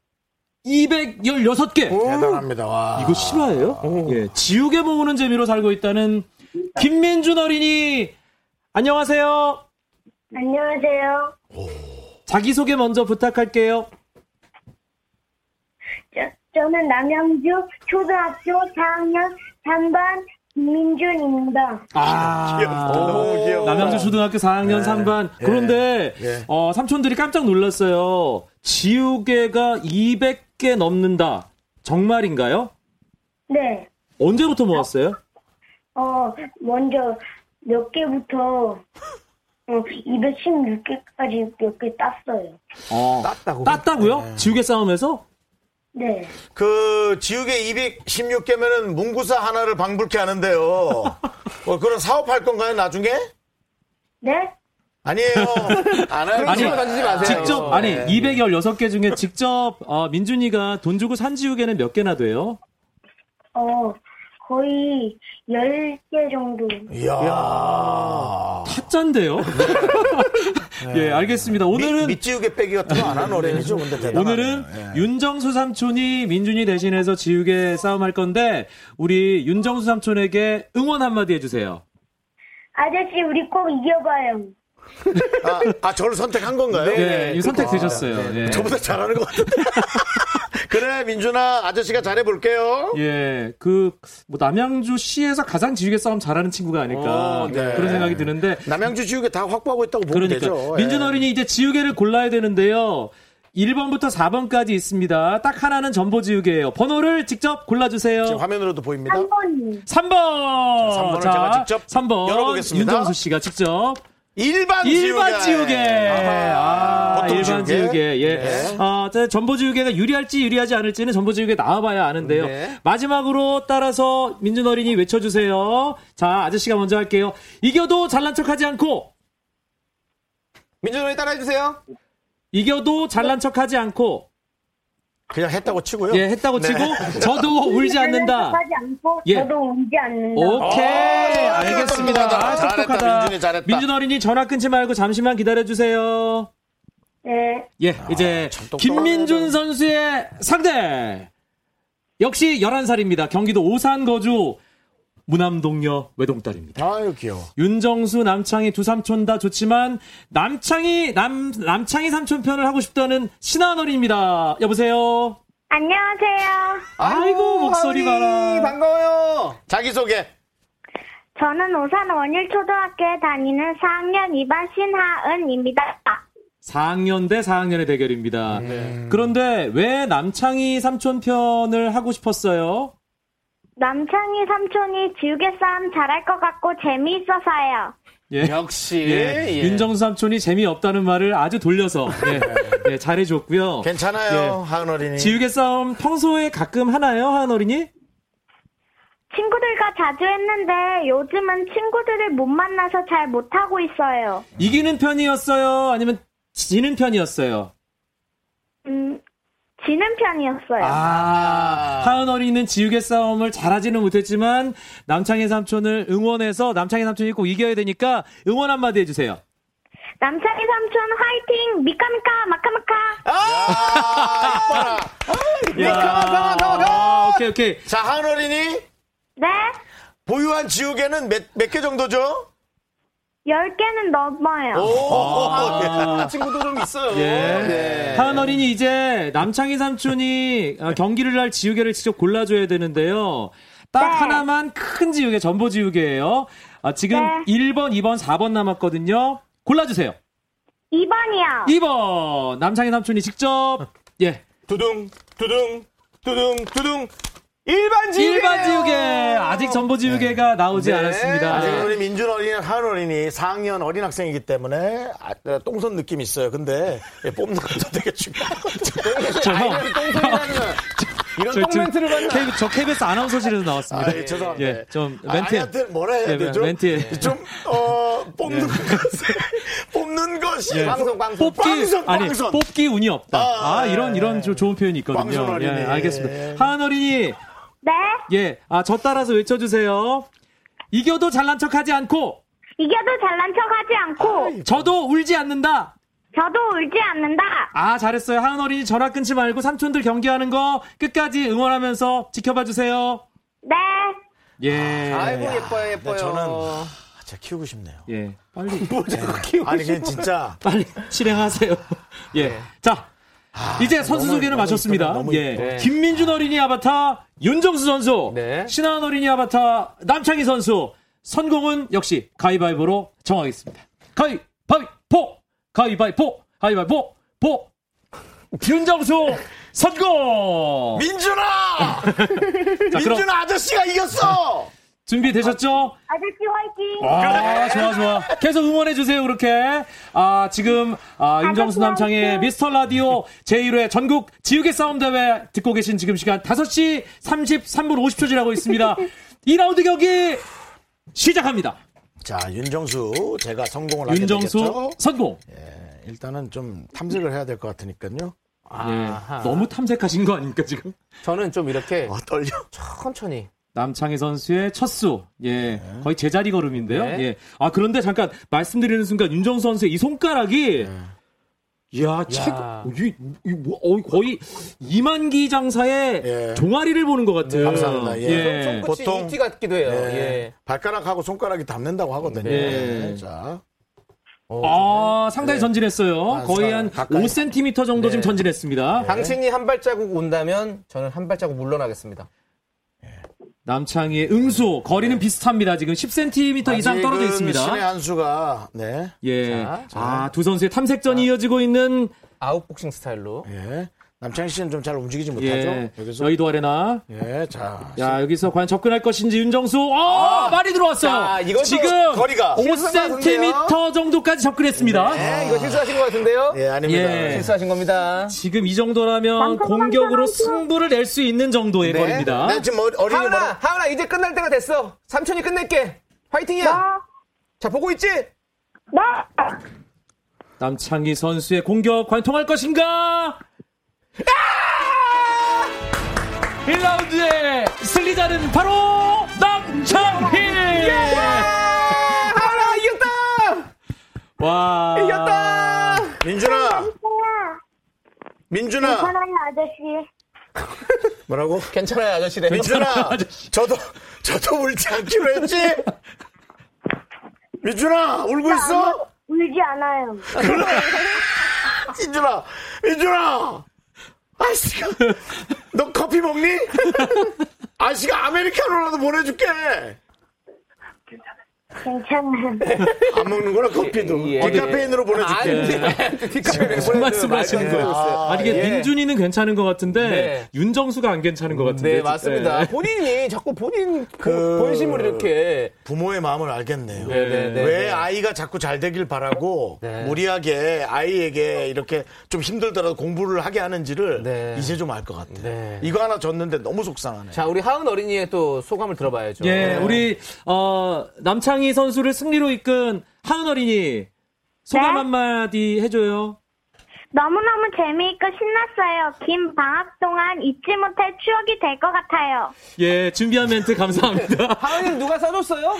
I: 216개.
A: 대단합니다. 와.
I: 이거 실화예요? 예, 지우개 모으는 재미로 살고 있다는 김민준 어린이. 안녕하세요.
C: 안녕하세요.
I: 자기소개 먼저 부탁할게요.
C: 저, 저는 남양주 초등학교 4학년 3반 김민준입니다.
I: 아,
A: 너무 귀여워.
I: 남양주 초등학교 4학년
A: 네.
I: 3반. 그런데
A: 예.
I: 어, 삼촌들이 깜짝 놀랐어요. 지우개가 200개 넘는다. 정말인가요?
C: 네.
I: 언제부터 모았어요?
C: 어, 먼저 몇 개부터 어, 216개까지 몇 개 땄어요.
I: 어,
A: 땄다고.
I: 땄다고요?
A: 네.
I: 지우개 싸움에서?
C: 네.
A: 그 지우개 216개면은 문구사 하나를 방불케 하는데요. 뭐 그런 사업할 건가요 나중에?
C: 네?
A: 아니에요. 안 해요.
I: 아니,
B: 던지지
A: 네.
B: 마세요. 네.
I: 직접 아니 216개 중에 직접 어, 민준이가 돈 주고 산 지우개는 몇 개나 돼요?
C: 어, 거의 10개 정도.
A: 이야.
I: 타짠데요. 예, 알겠습니다.
A: 네. 미,
I: 오늘은
A: 밑지우개 빼기 같은 거 안 하는 어린이죠. 근데 대단하네요.
I: 오늘은
A: 예.
I: 윤정수 삼촌이 민준이 대신해서 지우개 싸움할 건데 우리 윤정수 삼촌에게 응원 한마디 해주세요.
C: 아저씨, 우리 꼭 이겨봐요.
A: 아, 아, 저를 선택한 건가요? 아,
I: 예, 이 선택 되셨어요. 예.
A: 네, 저보다 잘하는 것 같은데. 그래, 민준아, 아저씨가 잘해볼게요.
I: 예, 그, 뭐, 남양주 시에서 가장 지우개 싸움 잘하는 친구가 아닐까.
A: 어, 네.
I: 그런 생각이 드는데.
A: 남양주 지우개 다 확보하고 있다고 보면
I: 예. 그러니까.
A: 되죠.
I: 민준
A: 예.
I: 어린이 이제 지우개를 골라야 되는데요. 1번부터 4번까지 있습니다. 딱 하나는 전보 지우개예요. 번호를 직접 골라주세요.
A: 지금 화면으로도 보입니다.
C: 3번님.
I: 3번!
A: 삼 번을 제가 직접
I: 3번.
A: 열어보겠습니다.
I: 윤정수 씨가 직접
A: 일반 지우개.
I: 일반 지우개.
A: 아하.
I: 아,
A: 보통
I: 일반 지우개. 예.
A: 네.
I: 아, 자, 전보 지우개가 유리할지 유리하지 않을지는 전보 지우개 나와봐야 아는데요.
B: 네.
I: 마지막으로 따라서 민준 어린이 외쳐주세요. 자, 아저씨가 먼저 할게요. 이겨도 잘난 척하지 않고,
B: 민준 어린이 따라해주세요.
I: 이겨도 잘난 척하지 않고,
A: 그냥 했다고 치고요.
I: 예, 했다고 치고, 저도 울지 않는다.
C: 하지 않고
I: 예.
C: 저도 울지 않는다.
I: 오케이
A: 아,
I: 네, 알겠습니다. 아,
A: 잘했다,
I: 똑똑하다.
A: 민준이 잘했다.
I: 민준 어린이 전화 끊지 말고 잠시만 기다려 주세요.
C: 네.
I: 예, 이제 김민준 선수의 상대 역시 11살입니다. 경기도 오산 거주 무남동녀 외동딸입니다.
A: 아유, 귀여워.
I: 윤정수 남창희 두 삼촌 다 좋지만 남창희 남 남창희 삼촌 편을 하고 싶다는 신한 어린입니다. 여보세요.
C: 안녕하세요.
I: 아이고 목소리 봐라.
B: 반가워요.
A: 자기소개.
C: 저는 오산 원일초등학교에 다니는 4학년 2반 신하은입니다.
I: 4학년 대 4학년의 대결입니다. 그런데 왜 남창희 삼촌 편을 하고 싶었어요?
C: 남창희 삼촌이 지우개 싸움 잘할 것 같고 재미있어서요.
I: 예.
B: 역시.
I: 예, 윤정수 삼촌이 재미없다는 말을 아주 돌려서 예, 예, 잘해줬고요.
A: 괜찮아요, 하은 어린이.
I: 예. 지우개 싸움 평소에 가끔 하나요, 하은 어린이?
C: 친구들과 자주 했는데 요즘은 친구들을 못 만나서 잘 못하고 있어요.
I: 이기는 편이었어요? 아니면 지는 편이었어요?
C: 음, 지는 편이었어요.
I: 아, 하은 어린이는 지우개 싸움을 잘하지는 못했지만 남창희 삼촌을 응원해서 남창희 삼촌이 꼭 이겨야 되니까 응원 한마디 해주세요.
C: 남창희 삼촌 화이팅! 미카미카! 마카마카!
A: 아, 이뻐라.
I: 야. 아, 오케이, 오케이.
A: 자, 하은 어린이.
C: 네?
A: 보유한 지우개는 몇, 몇 개 정도죠?
C: 10개는 넘어요.
A: 오,
I: 아.
B: 친구도 좀 있어요.
I: 예.
B: 네.
I: 하은 어린이 이제 남창희 삼촌이 어, 경기를 할 지우개를 직접 골라줘야 되는데요.
C: 네.
I: 딱 하나만 큰 지우개, 전보 지우개예요. 아, 지금
C: 네.
I: 1번, 2번, 4번 남았거든요. 골라주세요.
C: 2번이요.
I: 2번 남창희 삼촌이 직접 예
B: 두둥, 두둥, 두둥, 두둥. 일반 지우개.
I: 일반 지우개 아직 전보 지우개가 나오지
B: 네.
I: 않았습니다.
A: 아직 우리 민준 어린이, 하은 어린이 4학년 어린 학생이기 때문에 아, 똥손 느낌이 있어요. 근데 예, 뽑는 것도 되게 중요하거든요.
I: 저 형.
B: 아,
I: 저,
B: 이런
I: 저,
B: 똥멘트를 봤나?
I: K- 저 KBS 아나운서실에서 나왔습니다.
A: 아, 예, 죄송합니다.
I: 예, 좀
A: 아,
I: 멘트.
A: 아이한테 뭐라 해야
I: 예,
A: 되죠?
I: 멘트에.
A: 좀, 어, 뽑는 것, 뽑는 것 씨.
I: 예.
B: 방송 방송.
I: 뽑기
A: 빵선,
I: 아니
A: 빵선.
I: 뽑기 운이 없다.
A: 아,
I: 아,
A: 예.
I: 이런 이런 저 좋은 표현이
A: 빵선
I: 있거든요. 예,
A: 어린이.
I: 알겠습니다. 하은 어린이
C: 네.
I: 예, 아 저 따라서 외쳐주세요. 이겨도 잘난 척하지 않고
C: 이겨도 잘난 척하지 않고
I: 저도 울지 않는다.
C: 저도 울지 않는다.
I: 아 잘했어요. 하은 어린이 전화 끊지 말고 삼촌들 경기하는 거 끝까지 응원하면서 지켜봐 주세요.
C: 네.
I: 예.
B: 아이고 예뻐요 예뻐요.
A: 네, 저는- 진짜 키우고 싶네요.
I: 예. 빨리
A: 아니 그냥 진짜
I: 빨리 실행하세요. 예. 자. 이제 선수
A: 네. 아, 너무
I: 소개를
A: 너무
I: 마쳤습니다.
A: 이쁘다, 너무 네.
I: 예.
B: 이뻐.
I: 김민준 어린이 아바타, 윤정수 선수,
B: 네.
I: 신하은 어린이 아바타, 남창희 선수. 선공은 역시 가위바위보로 정하겠습니다. 가위바위보! 가위바위보! 가위바위보! 보! 윤정수 선공!
A: 민준아!
I: 자, 그럼
A: 민준아 아저씨가 이겼어!
I: 준비되셨죠?
C: 아저씨 화이팅.
I: 아, 좋아, 좋아. 계속 응원해주세요, 그렇게. 아, 지금, 아, 윤정수
C: 네.
I: 남창의 미스터 라디오 제1회 전국 지우개 싸움 대회 듣고 계신 지금 시간 5시 33분 50초 지나고 있습니다. 2라운드 경기 시작합니다.
A: 자 윤정수 제가 성공을 하게
I: 윤정수
A: 되겠죠? 네,
I: 선공.
A: 일단은 좀 탐색을 해야 될 것 같으니까요.
I: 예, 너무 탐색하신 거 아닙니까, 지금?
B: 저는 좀 이렇게
A: 아 떨려.
B: 천천히.
I: 남창희 선수의 첫 수. 예. 거의 제자리 걸음인데요.
B: 네.
I: 예. 아, 그런데 잠깐 말씀드리는 순간 윤정수 선수의 이 손가락이 네. 야, 책, 이, 이, 뭐, 어, 거의 이만기 장사의
A: 예.
I: 종아리를 보는 것 같아요.
A: 감사합니다. 예.
I: 예.
B: 손끝이
A: 보통-
B: 이티 같기도 해요.
A: 예.
B: 예.
A: 발가락하고 손가락이 닿는다고 하거든요.
I: 네.
A: 예, 자
I: 아, 상당히 전진했어요.
A: 아,
I: 거의 한
A: 가까이.
I: 5cm 정도 지금 전진했습니다.
B: 당신이 한 발자국 온다면 저는 한 발자국 물러나겠습니다.
I: 남창희의 응수, 거리는 비슷합니다. 지금 10cm 이상 떨어져
A: 아직은
I: 있습니다.
A: 신의 한 수가 네.
I: 예. 아, 두 선수의 탐색전이 이어지고 있는
B: 아웃복싱 스타일로.
A: 예. 남창희 씨는 좀 잘 움직이지 못하죠.
I: 예.
A: 여기서
I: 여의도 아레나.
B: 네.
A: 예, 자.
I: 야 여기서 과연 접근할 것인지 윤정수 어 말이 들어왔어요
A: 아,
B: 자, 아. 이것도
I: 지금
B: 거리가 실수한 것
I: 5cm 정도까지 접근했습니다
B: 네, 이거 실수하신 것 같은데요?
A: 예, 아닙니다.
I: 예.
B: 실수하신 겁니다.
I: 지금 이 정도라면
C: 남성,
I: 공격으로
C: 남성.
I: 승부를 낼 수 있는 정도의
B: 네.
I: 거리입니다
A: 난 지금 뭐 어리- 어린이
B: 하은아,
A: 머리
B: 하은아, 이제 끝날 때가 됐어. 삼촌이 끝낼게. 화이팅이야. 자, 보고 있지?
C: 어? 네.
I: 남창희 선수의 공격 과연 통할 것인가 1라운드의 승리자는 바로 남창희
B: 예! 하은아, 이겼다!
I: 와
B: 이겼다!
A: 민준아, 민준아,
C: 사랑해 아저씨.
A: 뭐라고?
B: 괜찮아요, 아저씨네.
A: 민준아, 저도 저도 울지 않기로 했지. 민준아, 울고 있어?
C: 울지 않아요.
A: 민준아, 민준아, 아씨가, 너 커피 먹니? 아씨가 아메리카노라도 보내줄게.
C: 괜찮아요.
A: 안 먹는구나 커피도.
B: 예, 예.
A: 디카페인으로
B: 안
I: 네.
A: 보내줄게.
B: 돼. 뒷카페를
I: 무슨 말씀을 하시는 거예요? 아니 이게
B: 네, 예.
I: 민준이는 괜찮은 것 같은데
B: 네.
I: 윤정수가 안 괜찮은 것 같은데
B: 네, 맞습니다.
I: 예.
B: 본인이 자꾸 본인 그...
A: 그-
B: 본심을 이렇게.
A: 부모의 마음을 알겠네요.
B: 네, 네, 네,
A: 왜
B: 네.
A: 아이가 자꾸 잘 되길 바라고
B: 네.
A: 무리하게 아이에게 이렇게 좀 힘들더라도 공부를 하게 하는지를
B: 네.
A: 이제 좀 알 것 같아요.
B: 네.
A: 이거 하나 줬는데 너무 속상하네.
B: 자, 우리 하은 어린이의 또 소감을 들어봐야죠.
I: 예,
B: 네.
I: 우리 어, 남창희 선수를 승리로 이끈 하은 어린이 소감
C: 네?
I: 한마디 해줘요.
C: 너무너무 재미있고 신났어요. 긴 방학 동안 잊지 못할 추억이 될 것 같아요.
I: 예, 준비한 멘트 감사합니다.
B: 하은이 누가 써줬어요?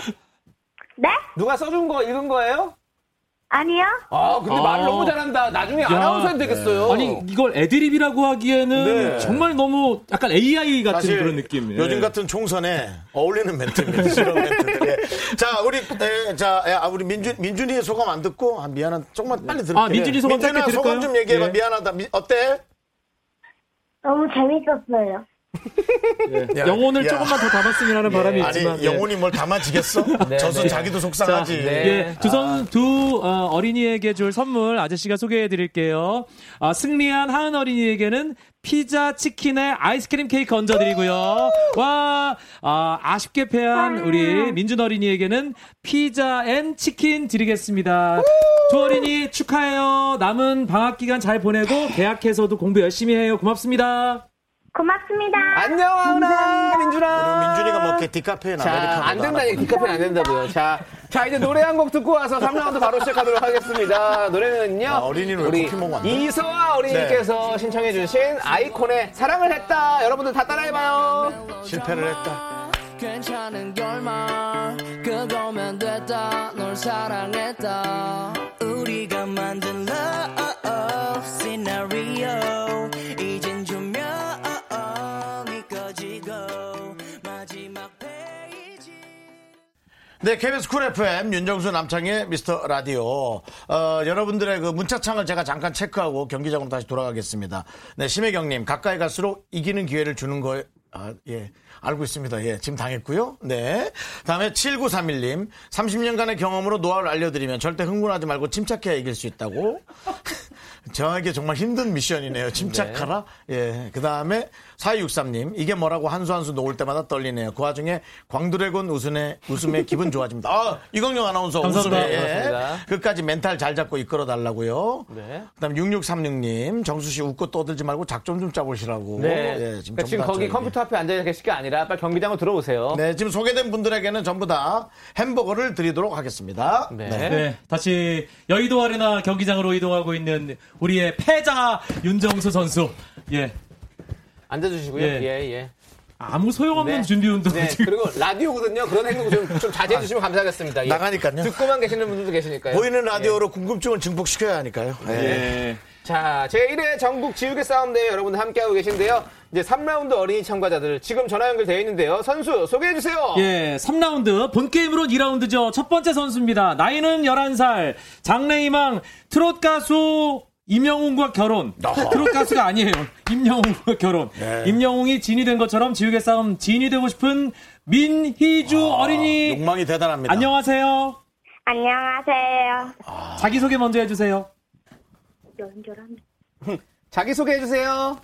C: 네?
B: 누가 써준 거 읽은 거예요?
C: 아니요?
B: 아, 근데 말
I: 아.
B: 너무 잘한다. 나중에 아나운서 해도 되겠어요.
I: 아니 이걸 애드립이라고 하기에는
A: 네.
I: 정말 너무 약간 AI 같은
A: 사실
I: 그런 느낌이에요.
A: 요즘 같은 총선에 어울리는 멘트입니다. 이런 멘트들. 예. 자, 우리 에, 자, 야, 아, 우리 민준 민준이의 소감 안 듣고 아, 미안한 정말 빨리 들을게.
I: 아, 민준이 소감 짧게
A: 민준아
I: 들을까요?
A: 소감 좀 얘기해 봐.
I: 예.
A: 미안하다. 미- 어때?
C: 너무 재밌었어요.
I: 예.
A: 야,
I: 영혼을
A: 야.
I: 조금만 더 담았으면 하는 바람이
A: 아니,
I: 있지만 예.
A: 영혼이 뭘 담아지겠어?
B: 네,
A: 저수
B: 네.
A: 자기도
I: 자,
A: 속상하지.
B: 네.
I: 예, 두, 선, 두 어, 어린이에게 줄 선물 아저씨가 소개해 드릴게요. 아, 승리한 하은 어린이에게는 피자, 치킨에 아이스크림 케이크 얹어 드리고요. 와, 아, 쉽게 패한 우리 민준 어린이에게는 피자 앤 치킨 드리겠습니다. 두 어린이 축하해요. 남은 방학 기간 잘 보내고 계약해서도 공부 열심히 해요. 고맙습니다.
C: 고맙습니다.
B: 안녕, 하은아, 민준아.
A: 민준이가 먹게 디카페인
B: 자,
A: 아메리카노.
B: 안 된다니까 디카페는 안 된다고요. 자, 자, 이제 노래 한 곡 듣고 와서 3라운드 바로 시작하도록 하겠습니다. 노래는요.
A: 아, 어린이는 왜
B: 우리
A: 커피 먹으면 안 돼?
B: 이소아 어린이께서 신청해주신 아이콘의 사랑을 했다. 여러분들 다 따라해봐요.
A: 실패를 했다.
J: 괜찮은 결말 그거면 됐다 널 사랑했다 우리가 만든 love scenario 이젠 조명이 꺼지고 마지막 페이지
A: 네, KBS 쿨 FM 윤정수 남창의 미스터 라디오. 어, 여러분들의 그 문자창을 제가 잠깐 체크하고 경기장으로 다시 돌아가겠습니다. 네, 심혜경님 가까이 갈수록 이기는 기회를 주는 거에 아, 예. 알고 있습니다. 예. 지금 당했고요. 네. 다음에 7931님. 30년간의 경험으로 노하우를 알려드리면 절대 흥분하지 말고 침착해야 이길 수 있다고. 저에게 정말 힘든 미션이네요. 침착하라. 예. 그 다음에 4263님. 이게 뭐라고 한 수 한 수 놓을 때마다 떨리네요. 그 와중에 광드래곤 웃음에, 웃음에 기분 좋아집니다. 아, 이광용 아나운서.
I: 감사합니다.
A: 웃음에. 예.
B: 감사합니다.
A: 끝까지 멘탈 잘 잡고 이끌어 달라고요.
B: 네.
A: 그 다음 6636님. 정수 씨 웃고 떠들지 말고 작전 좀 짜보시라고. 예,
B: 지금, 그러니까 지금
A: 전부 다
B: 거기
A: 저에게.
B: 컴퓨터 앞에 앉아 계실 게 아니라 빨리 경기장으로 들어오세요.
A: 네, 지금 소개된 분들에게는 전부 다 햄버거를 드리도록 하겠습니다.
B: 네.
I: 네, 다시 여의도 아레나 경기장으로 이동하고 있는 우리의 패자 윤정수 선수. 예,
B: 앉아주시고요.
I: 예.
B: 예, 예.
I: 아무 소용없는
B: 네.
I: 준비 운동
B: 네.
I: 지금.
B: 그리고 라디오거든요. 그런 행동 좀, 좀 자제해 주시면 감사하겠습니다. 예.
A: 아, 나가니까요.
B: 듣고만 계시는 분들도 계시니까요.
A: 보이는 라디오로 궁금증을 증폭시켜야 하니까요. 예.
I: 예.
B: 자, 제1회 전국 지우개 싸움대회 여러분들 함께하고 계신데요. 이제 3라운드 어린이 참가자들 지금 전화 연결되어 있는데요. 선수 소개해주세요.
I: 예, 3라운드 본 게임으로 2라운드죠. 첫 번째 선수입니다. 나이는 11살. 장래희망 트롯 가수 임영웅과 결혼.
A: 아.
I: 트롯 가수가 아니에요. 임영웅과 결혼.
A: 네.
I: 임영웅이 진이 된 것처럼 지우개 싸움 진이 되고 싶은 민희주 어린이.
A: 아, 욕망이 대단합니다.
I: 네. 안녕하세요.
C: 안녕하세요.
B: 아.
A: 아.
I: 자기 소개 먼저 해 주세요.
C: 연결합니다.
B: 자기소개해주세요.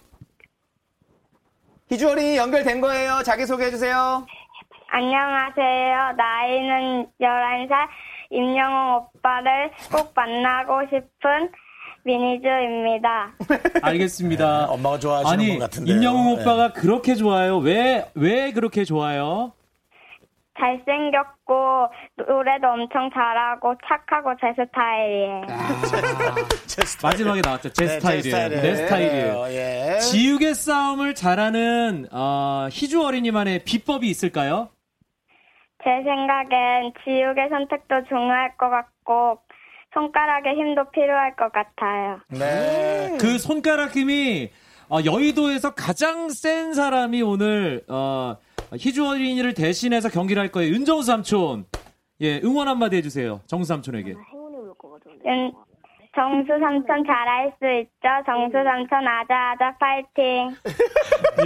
B: 희주 어린이 연결된 거예요. 자기소개해주세요.
C: 안녕하세요. 나이는 11살 임영웅 오빠를 꼭 만나고 싶은 미니즈입니다.
I: 알겠습니다.
A: 네, 엄마가 좋아하시는
I: 아니,
A: 분 네. 예. 같은데.
I: 임영웅 오빠가 그렇게 좋아요. 왜, 왜 그렇게 좋아요?
C: 잘생겼고 노래도 엄청 잘하고 착하고 제 스타일이에요.
I: 마지막에 나왔죠. 네, 제 스타일이에요. 네. 내 스타일이에요.
A: 예.
I: 지우개 싸움을 잘하는 어, 희주 어린이만의 비법이 있을까요?
C: 제 생각엔 지우개 선택도 중요할 것 같고 손가락에 힘도 필요할 것 같아요.
A: 네.
I: 그 손가락 힘이 어, 여의도에서 가장 센 사람이 오늘 어, 희주 어린이를 대신해서 경기를 할 거예요. 윤정수 삼촌. 예, 응원 한마디 해주세요. 정수 삼촌에게.
C: 음, 정수 삼촌 잘할 수 있죠. 정수 삼촌 아자아자 파이팅.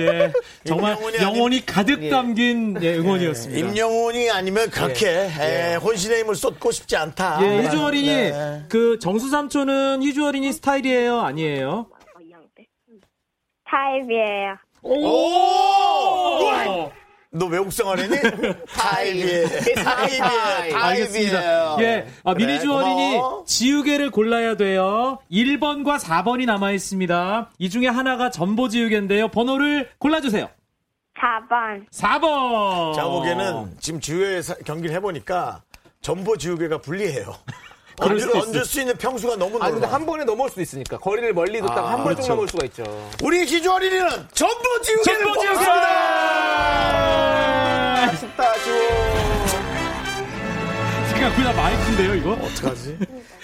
I: 예, 정말
A: 임영웅이 아닌-
I: 영혼이 가득 담긴 예, 응원이었습니다.
A: 임영웅이 아니면 그렇게 예, 혼신의 힘을 쏟고 싶지 않다.
I: 예, 희주 어린이
A: 네.
I: 그 정수 삼촌은 희주 어린이 스타일이에요, 아니에요?
C: 타입이에요.
A: 오! 너 외국생 어린이? 타입이에요. 타입이에요. 타입이에요.
I: 예, 아,
A: 그래,
I: 미니주
A: 고마워.
I: 어린이 지우개를 골라야 돼요. 1번과 4번이 남아 있습니다. 이 중에 하나가 전보 지우개인데요. 번호를 골라주세요.
C: 4번.
I: 4번.
A: 제가 보기에는 지금 지우개 사- 경기를 해보니까 전보 지우개가 불리해요.
I: 그럴
A: 얹을,
I: 수도 있어요.
A: 얹을 수 있는 평수가 너무
B: 아, 근데
A: 넓어.
B: 한 번에 넘어올 수도 있으니까. 거리를 멀리 뒀다가 한
A: 아, 그렇죠.
B: 번에 쭉 넘어올 수가 있죠.
A: 우리 희주 어린이는 전보 지우개를
I: 전보 지우개!
B: 아쉽다, 아쉬워.
I: 생각보다 마이크인데요, 이거?
A: 어떡하지?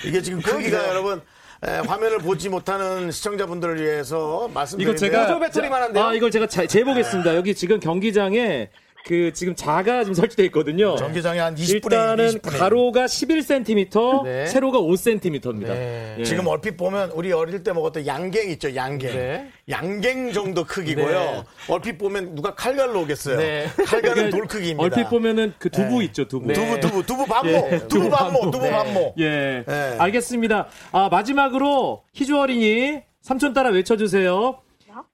A: 이게 지금 크기가 여러분 에, 화면을 보지 못하는 시청자분들을 위해서 말씀드리면
I: 이거 제가
B: 호조 배터리만 한데요?
I: 아, 이걸 제가 자- 재보겠습니다. 여기 지금 경기장에 그 지금 자가 지금 설치돼 있거든요.
A: 전기장에 한 20분에
I: 일단은 가로가 11cm,
B: 네.
I: 세로가 5cm입니다. 예.
B: 네.
A: 예. 지금 얼핏 보면 우리 어릴 때 먹었던 양갱 있죠, 양갱.
B: 네.
A: 양갱 정도 크기고요.
B: 네.
A: 얼핏 보면 누가 칼갈로 오겠어요.
B: 네.
A: 칼갈은 돌 크기입니다.
I: 그 그러니까 얼핏 보면은 그 두부
A: 네.
I: 있죠, 두부.
A: 두부 두부 두부 반모
I: 예.
A: 두부 반모 두부
B: 네.
A: 반모.
I: 예.
A: 네.
I: 알겠습니다. 아, 마지막으로 희주 어린이 삼촌 따라 외쳐주세요.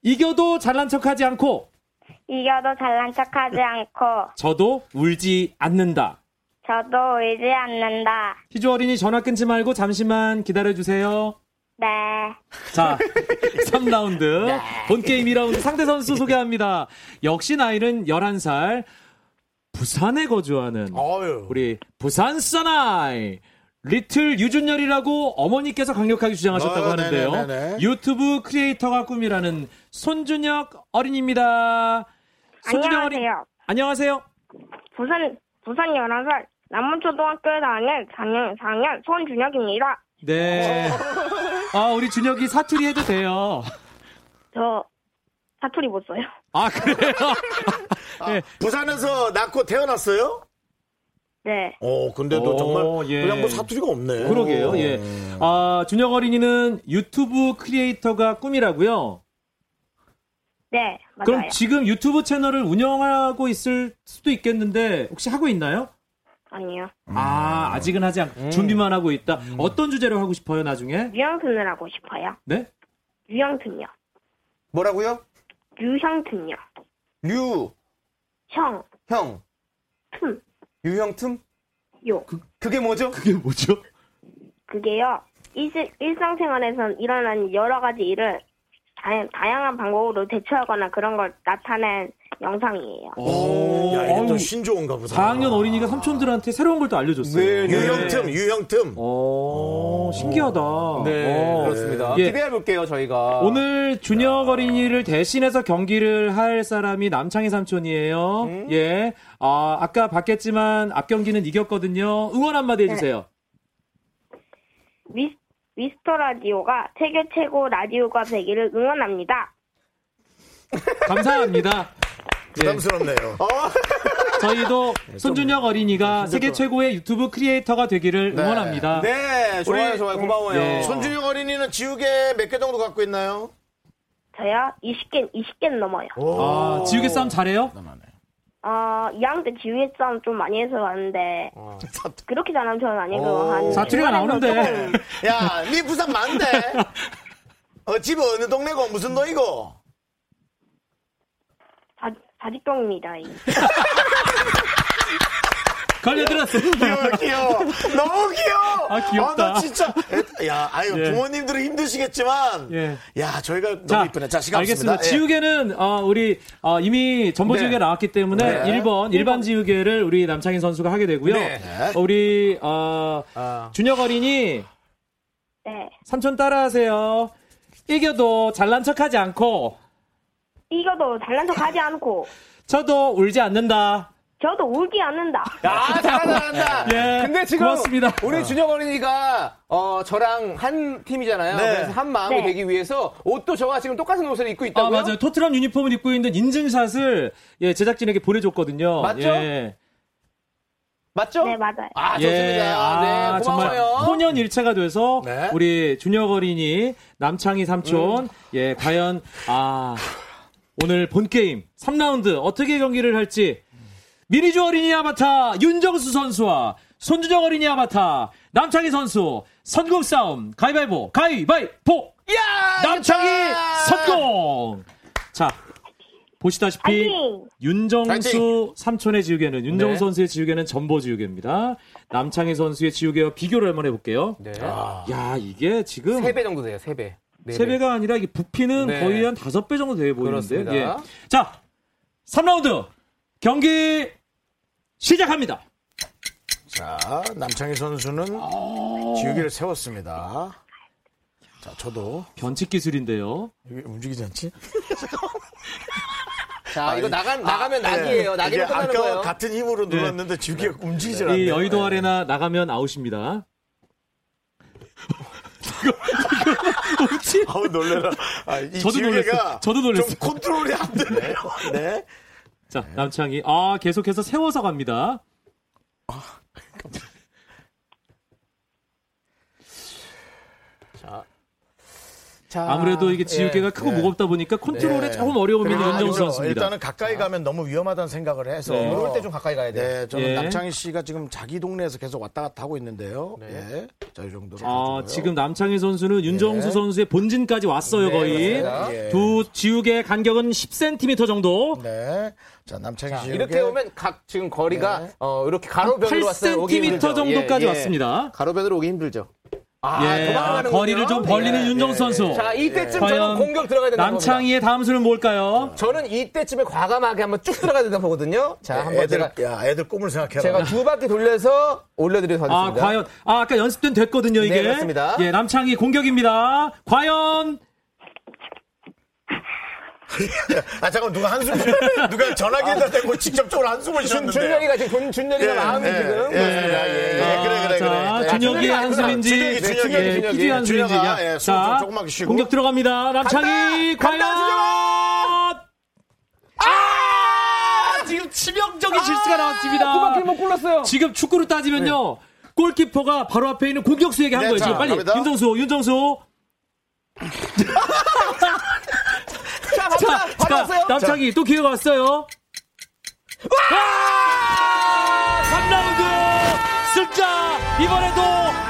I: 이겨도 잘난 척하지 않고
C: 이겨도 잘난 척하지 않고
I: 저도 울지 않는다.
C: 저도 의지 않는다.
I: 희주 어린이 전화 끊지 말고 잠시만 기다려주세요.
C: 네.
I: 자, 3라운드. 본 게임 2라운드 상대 선수 소개합니다. 역시 나이는 11살. 부산에 거주하는 우리 부산 사나이 리틀 유준열이라고 어머니께서 강력하게 주장하셨다고
A: 어,
I: 하는데요.
A: 네네네네.
I: 유튜브 크리에이터가 꿈이라는 손준혁 어린입니다. 손준혁 어린
L: 안녕하세요.
I: 안녕하세요.
L: 부산 부산 11살 남문초등학교에 다니는 4년 4학년 손준혁입니다.
I: 네. 아 우리 준혁이 사투리 해도 돼요.
L: 저 사투리 못 써요.
I: 아 그래요?
A: 부산에서 낳고 태어났어요?
L: 네.
A: 어, 근데도
I: 오,
A: 정말
I: 예.
A: 그냥 뭐 사투리가 없네. 어.
I: 그러게요. 예. 아 준혁 어린이는 유튜브 크리에이터가 꿈이라고요.
L: 네, 맞아요.
I: 그럼 지금 유튜브 채널을 운영하고 있을 수도 있겠는데 혹시 하고 있나요?
L: 아니요.
I: 아 아직은 하지 않고
B: 음.
I: 준비만 하고 있다. 어떤 주제로 하고 싶어요 나중에?
L: 유형튼을 하고 싶어요.
I: 네?
L: 유형튼요.
B: 뭐라고요?
L: 유형튼요.
B: 류,
L: 형,
B: 형,
L: 틈,
B: 유형 틈?
L: 요.
B: 그, 게 뭐죠?
I: 그게 뭐죠?
L: 그게요. 일- 일상생활에서 일어난 여러 가지 일을 다, 다양한 방법으로 대처하거나 그런 걸 나타낸 영상이에요.
I: 어.
A: 오, 야, 이게 또 신조어인가 보다.
I: 4학년 어린이가 삼촌들한테 새로운 걸 또 알려줬어요.
A: 유형틈,
I: 어,
A: 유형틈.
I: 오, 신기하다.
B: 네,
I: 오.
B: 그렇습니다.
I: 예.
B: 기대해 볼게요, 저희가.
I: 오늘 준혁 어린이를 대신해서 경기를 할 사람이 남창희 삼촌이에요.
B: 음?
I: 예. 아, 아까 봤겠지만 앞 경기는 이겼거든요. 응원 한마디 해주세요.
L: 미, 미스터 라디오가 세계 최고 라디오가 되기를 응원합니다.
B: 네.
I: 감사합니다. 예.
A: 부담스럽네요.
I: 어?
A: 어?
I: 저희도
B: 네,
I: 손준혁 어린이가 세계 최고의 유튜브 크리에이터가 되기를 응원합니다.
B: 네, 좋아요,
A: 우리-
B: 좋아요. 고마워요.
I: 네.
A: 손준영 어린이는 지우개 몇 개 정도 갖고 있나요?
L: 저요? 20개, 20개는 넘어요.
I: 아, 지우개 싸움 잘해요?
L: 어, 2학년 때 지휘 싸움 좀 많이 해서 왔는데,
B: 어.
L: 그렇게 잘하는 편은 아니고, 한.
I: 사투리가 나오는데.
A: 야, 니 부산 많대. 어, 집 어느 동네고, 무슨 동이고?
L: 사, 사직동입니다. 이.
I: 걸려들었어.
A: 귀여워, 귀여워. 너무 귀여워.
I: 아, 귀엽다.
A: 아, 나 진짜. 야, 아유,
I: 예.
A: 부모님들은 힘드시겠지만.
I: 예.
A: 야, 저희가 너무 이쁘네. 자, 시간
I: 알겠습니다.
A: 없습니다. 예.
I: 지우개는 어, 우리 어, 이미 전보
A: 네.
I: 지우개 나왔기 때문에
A: 네.
I: 1번 일반 지우개를 우리 남창인 선수가 하게 되고요.
A: 네. 아.
I: 어, 우리 어, 준혁 어린이
L: 네.
I: 삼촌 따라하세요. 이겨도 잘난 척하지 않고
L: 이겨도 잘난 척 하지 않고,
I: 저도 울지 않는다.
L: 저도 울지 않는다.
B: 아, 잘한다, 잘한다.
I: 예,
B: 근데 지금
I: 고맙습니다. 어.
B: 우리 준혁 어린이가 어, 저랑 한 팀이잖아요.
A: 네.
B: 그래서 한 마음이
L: 네.
B: 되기 위해서 옷도 저와 지금 똑같은 옷을 입고
I: 아
B: 있다고요?
I: 맞아요. 토트넘 유니폼을 입고 있는 인증샷을 예, 제작진에게 보내줬거든요.
B: 맞죠?
I: 예.
B: 맞죠?
L: 네, 맞아요.
B: 아,
I: 예,
B: 좋습니다.
I: 아,
B: 네,
I: 정말
B: 고마워요.
I: 혼연 일체가 돼서
A: 네.
I: 우리 준혁 어린이 남창희 삼촌
B: 음.
I: 예 과연 아 오늘 본 게임 3라운드 어떻게 경기를 할지 미리주 어린이 아바타 윤정수 선수와 손준혁 어린이 아바타 남창희 선수 선공 싸움 가위바위보 가위바위보
B: 야!
I: 남창희 선공 자 보시다시피
L: 파이팅!
I: 윤정수
A: 파이팅!
I: 삼촌의 지우개는 윤정수
B: 네.
I: 선수의 지우개는 전보 지우개입니다. 남창희 선수의 지우개와 비교를 한번 해볼게요.
B: 네.
I: 야 이게 지금
B: 세 배 정도 돼요, 세배네
I: 세배가 아니라 이게 부피는
B: 네.
I: 거의 한 다섯 배 정도 돼 보이는데.
B: 그렇습니다.
I: 예. 자, 3라운드 경기 시작합니다.
A: 자, 남창희 선수는
I: 아.
A: 지우개를 세웠습니다. 자, 저도.
I: 변칙 기술인데요.
A: 이게 움직이지 않지?
B: 자, 이거 나가, 나가면
I: 네.
A: 아,
B: 낙이에요.
A: 예.
B: 낙이로
A: 이게
B: 끝나는
A: 아까
B: 거예요.
A: 같은 힘으로 눌렀는데 지우개가 움직이질 않네.
I: 이 여의도 아레나 나가면 아웃입니다.
A: 아우 놀래라. 아, 이
I: 저도
A: 지우개가
I: 놀랐어요. 저도 놀랐어요.
A: 좀 컨트롤이 안 되네요. 네.
I: 자, 남창희. 아, 계속해서 세워서 갑니다.
B: 자, 예, 네.
I: 아무래도 이게 지우개가 크고 무겁다 보니까 컨트롤에
A: 예.
I: 조금 어려움이 있는
A: 그리고
I: 윤정수
A: 일단은
I: 선수입니다.
A: 일단은 가까이 가면 너무 위험하다는 생각을 해서
I: 네.
B: 이럴 때 좀 가까이 가야 돼요.
A: 아. 네, 저는
I: 예.
A: 남창희 씨가 지금 자기 동네에서 계속 왔다 갔다 하고 있는데요. 네. 자, 이 정도로.
I: 아,
A: 가지고요. 예.
I: 지금 남창희 선수는 윤정수
A: 네.
I: 선수의 본진까지 왔어요,
B: 네,
I: 거의.
B: 그렇습니다.
A: 예.
I: 두 지우개 간격은 10cm 정도.
A: 네. 자, 남창희 씨.
B: 이렇게 오면 각 지금 거리가 어, 이렇게 가로변으로 왔어요. 오기
I: 8cm
B: 힘들죠.
I: 네. 정도까지
B: 예, 예.
I: 왔습니다.
B: 가로변으로 오기 힘들죠.
I: 아, 예, 아, 거리를 좀 벌리는 윤정수 선수.
B: 예, 자, 이때쯤 저는 공격 들어가야 된다.
I: 남창희의 다음 수는 뭘까요?
B: 저는 이때쯤에 과감하게 한번 쭉 들어가야 된다 보거든요. 자, 한번
A: 네, 애들,
B: 제가
A: 야, 애들 꿈을 생각해라.
B: 제가 두 바퀴 돌려서 올려드리도록
I: 아,
B: 하겠습니다.
I: 과연. 아, 아까 연습된 됐거든요, 이게.
B: 네, 맞습니다.
I: 예, 남창희 공격입니다. 과연.
A: 아, 잠깐 누가 한숨, 누가 전화기에다 대고 직접적으로 한숨을
B: 준,
A: 쉬었는데.
B: 준열이가 지금 군, 준열이가
A: 예,
B: 마음이
A: 예,
B: 지금
A: 예,
B: 그렇습니다.
A: 예,
B: 예,
A: 예,
B: 예.
A: 그래, 그래, 그래.
I: 아, 자,
A: 예,
I: 준혁이의
B: 준혁이 아니구나.
I: 한숨인지.
A: 준혁이, 네, 준혁이,
I: 예,
A: 준혁이.
I: 피디의 한숨인지.
A: 준혁아,
I: 야,
A: 예, 숨좀
I: 자,
A: 조금만 쉬고.
I: 공격 들어갑니다. 남창희, 과연. 아! 지금 치명적인 실수가 나왔습니다.
B: 두 바퀴 못 아, 굴렀어요. 네.
I: 지금 축구로 따지면요. 골키퍼가 바로 앞에 있는 공격수에게 한
A: 네,
I: 거예요.
A: 자,
I: 지금 빨리
A: 갑니다.
I: 윤정수, 윤정수.
B: 자, 받아, 받았어요.
I: 남창이 또 기회가 왔어요. 와! 3라운드 승자 이번에도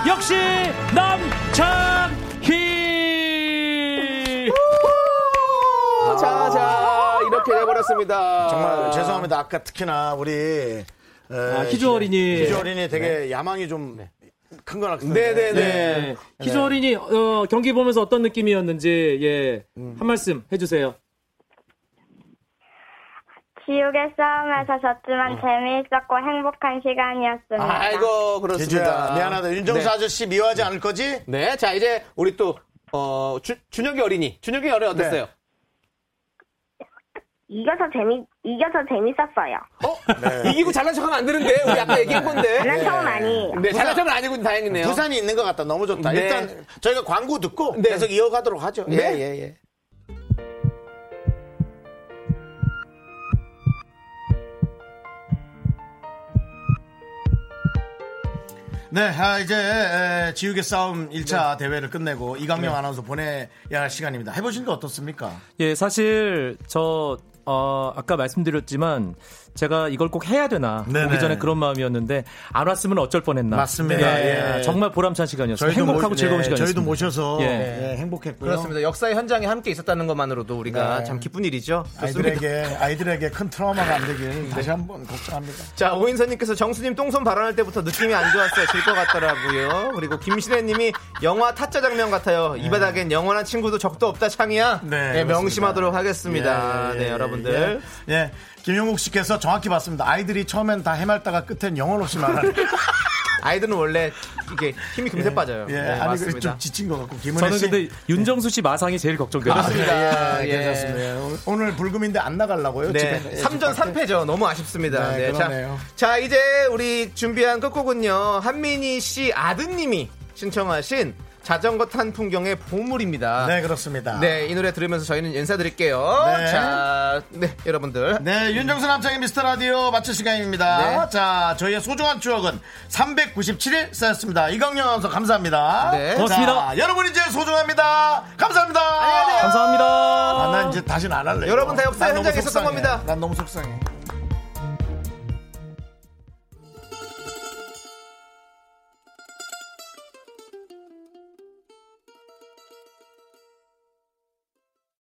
I: 역시 남창희.
B: 자, 자, 이렇게 돼버렸습니다.
A: 정말 죄송합니다. 아, 아까 특히나 우리 에,
I: 희주 어린이.
A: 희주 어린이 네. 되게 야망이 좀 큰거 같은데.
B: 네네네.
I: 네. 희조린이 어, 경기 보면서 어떤 느낌이었는지 예. 한 말씀 해주세요.
C: 지옥의 싸움에서 졌지만
I: 어.
C: 재미있었고 행복한 시간이었습니다.
A: 어,
B: 아이고, 그렇습니다.
A: 희주다. 미안하다. 윤정수
B: 네.
A: 아저씨 미워하지 않을 거지?
B: 네, 자, 이제 우리 또, 어, 주, 준혁이 어린이. 준혁이 어린이 어땠어요?
C: 이겨서 재미 이겨서 재밌었어요.
A: 네.
B: 이기고 잘난 척 하면 안 되는데. 우리 아까 얘기한 건데.
C: 장난 척은 아니에요.
B: 네, 잘난 척은 아니고 다행이네요.
A: 부산이 있는 것 같다. 너무 좋다.
B: 네.
A: 일단 저희가 광고 듣고
B: 네.
A: 계속 이어가도록 하죠.
B: 네,
A: 예.
B: 예, 예.
A: 네, 아, 이제 에, 지우개 싸움 1차 대회를 끝내고 이강명 아나운서 보내야 할 시간입니다. 해보신 거 어떻습니까?
I: 예, 사실 저 어, 아까 말씀드렸지만 제가 이걸 꼭 해야 되나
A: 네네.
I: 오기 전에 그런 마음이었는데 안 왔으면 어쩔 뻔했나.
A: 맞습니다.
I: 예,
A: 예.
I: 정말 보람찬 시간이었어요. 행복하고
A: 모시-
I: 즐거운
A: 네,
I: 시간이었어요.
A: 저희도 모셔서
I: 예.
A: 예,
B: 네,
A: 행복했고요.
B: 그렇습니다. 역사의 현장에 함께 있었다는 것만으로도 우리가
A: 네.
B: 참 기쁜 일이죠. 좋습니다. 네.
A: 아이들에게 아이들에게 큰 트라우마가 안 되길 다시 한번 걱정합니다.
B: 자, 오인선님께서 정수님 똥손 발언할 때부터 느낌이 안 좋았어요. 질 것 같더라고요. 그리고 김신혜님이 영화 타짜 장면 같아요. 이 바닥엔 영원한 친구도 적도 없다, 창이야. 네,
A: 그렇습니다.
B: 명심하도록 하겠습니다.
A: 예, 예,
B: 네,
A: 예,
B: 여러분들.
A: 예, 예. 김용국 씨께서 정확히 봤습니다. 아이들이 처음엔 다 해맑다가 끝엔 영혼 없이 말하는.
B: 네, 아이들은 원래 이게 힘이 금세 빠져요.
A: 예,
B: 네,
A: 아니 그래
B: 맞습니다.
A: 좀 지친 것 같고 김은혜
I: 저는
A: 씨.
I: 근데 윤정수 씨 마상이 제일 걱정돼요.
B: 그렇습니다.
A: 예,
B: 예.
A: 괜찮습니다. 예, 오늘- 오늘 불금인데 안 나가려고요.
B: 네,
A: 집에. 예,
B: 3전
A: 집 밖에.
B: 3패죠. 너무 아쉽습니다.
A: 네,
B: 네, 자,
A: 그러네요.
B: 자, 이제 우리 준비한 끝곡은요. 한민희 씨 아드님이 신청하신 자전거 탄 풍경의 보물입니다.
A: 네, 그렇습니다.
B: 네, 이 노래 들으면서 저희는 인사드릴게요.
A: 네.
B: 자, 네, 여러분들.
A: 네, 윤정수 남창의 미스터 라디오 마칠 시간입니다.
B: 네.
A: 자, 저희의 소중한 추억은 397일 쌓였습니다. 이광영 아나운서 감사합니다.
B: 네.
I: 고맙습니다.
A: 자, 여러분 이제 소중합니다. 감사합니다.
B: 안녕히 가세요.
I: 감사합니다.
A: 아, 난 이제 다시는 안 할래.
B: 여러분 다
A: 이거.
B: 역사
A: 난 너무
B: 현장에 있었던
A: 속상해.
B: 겁니다.
A: 난 너무 속상해.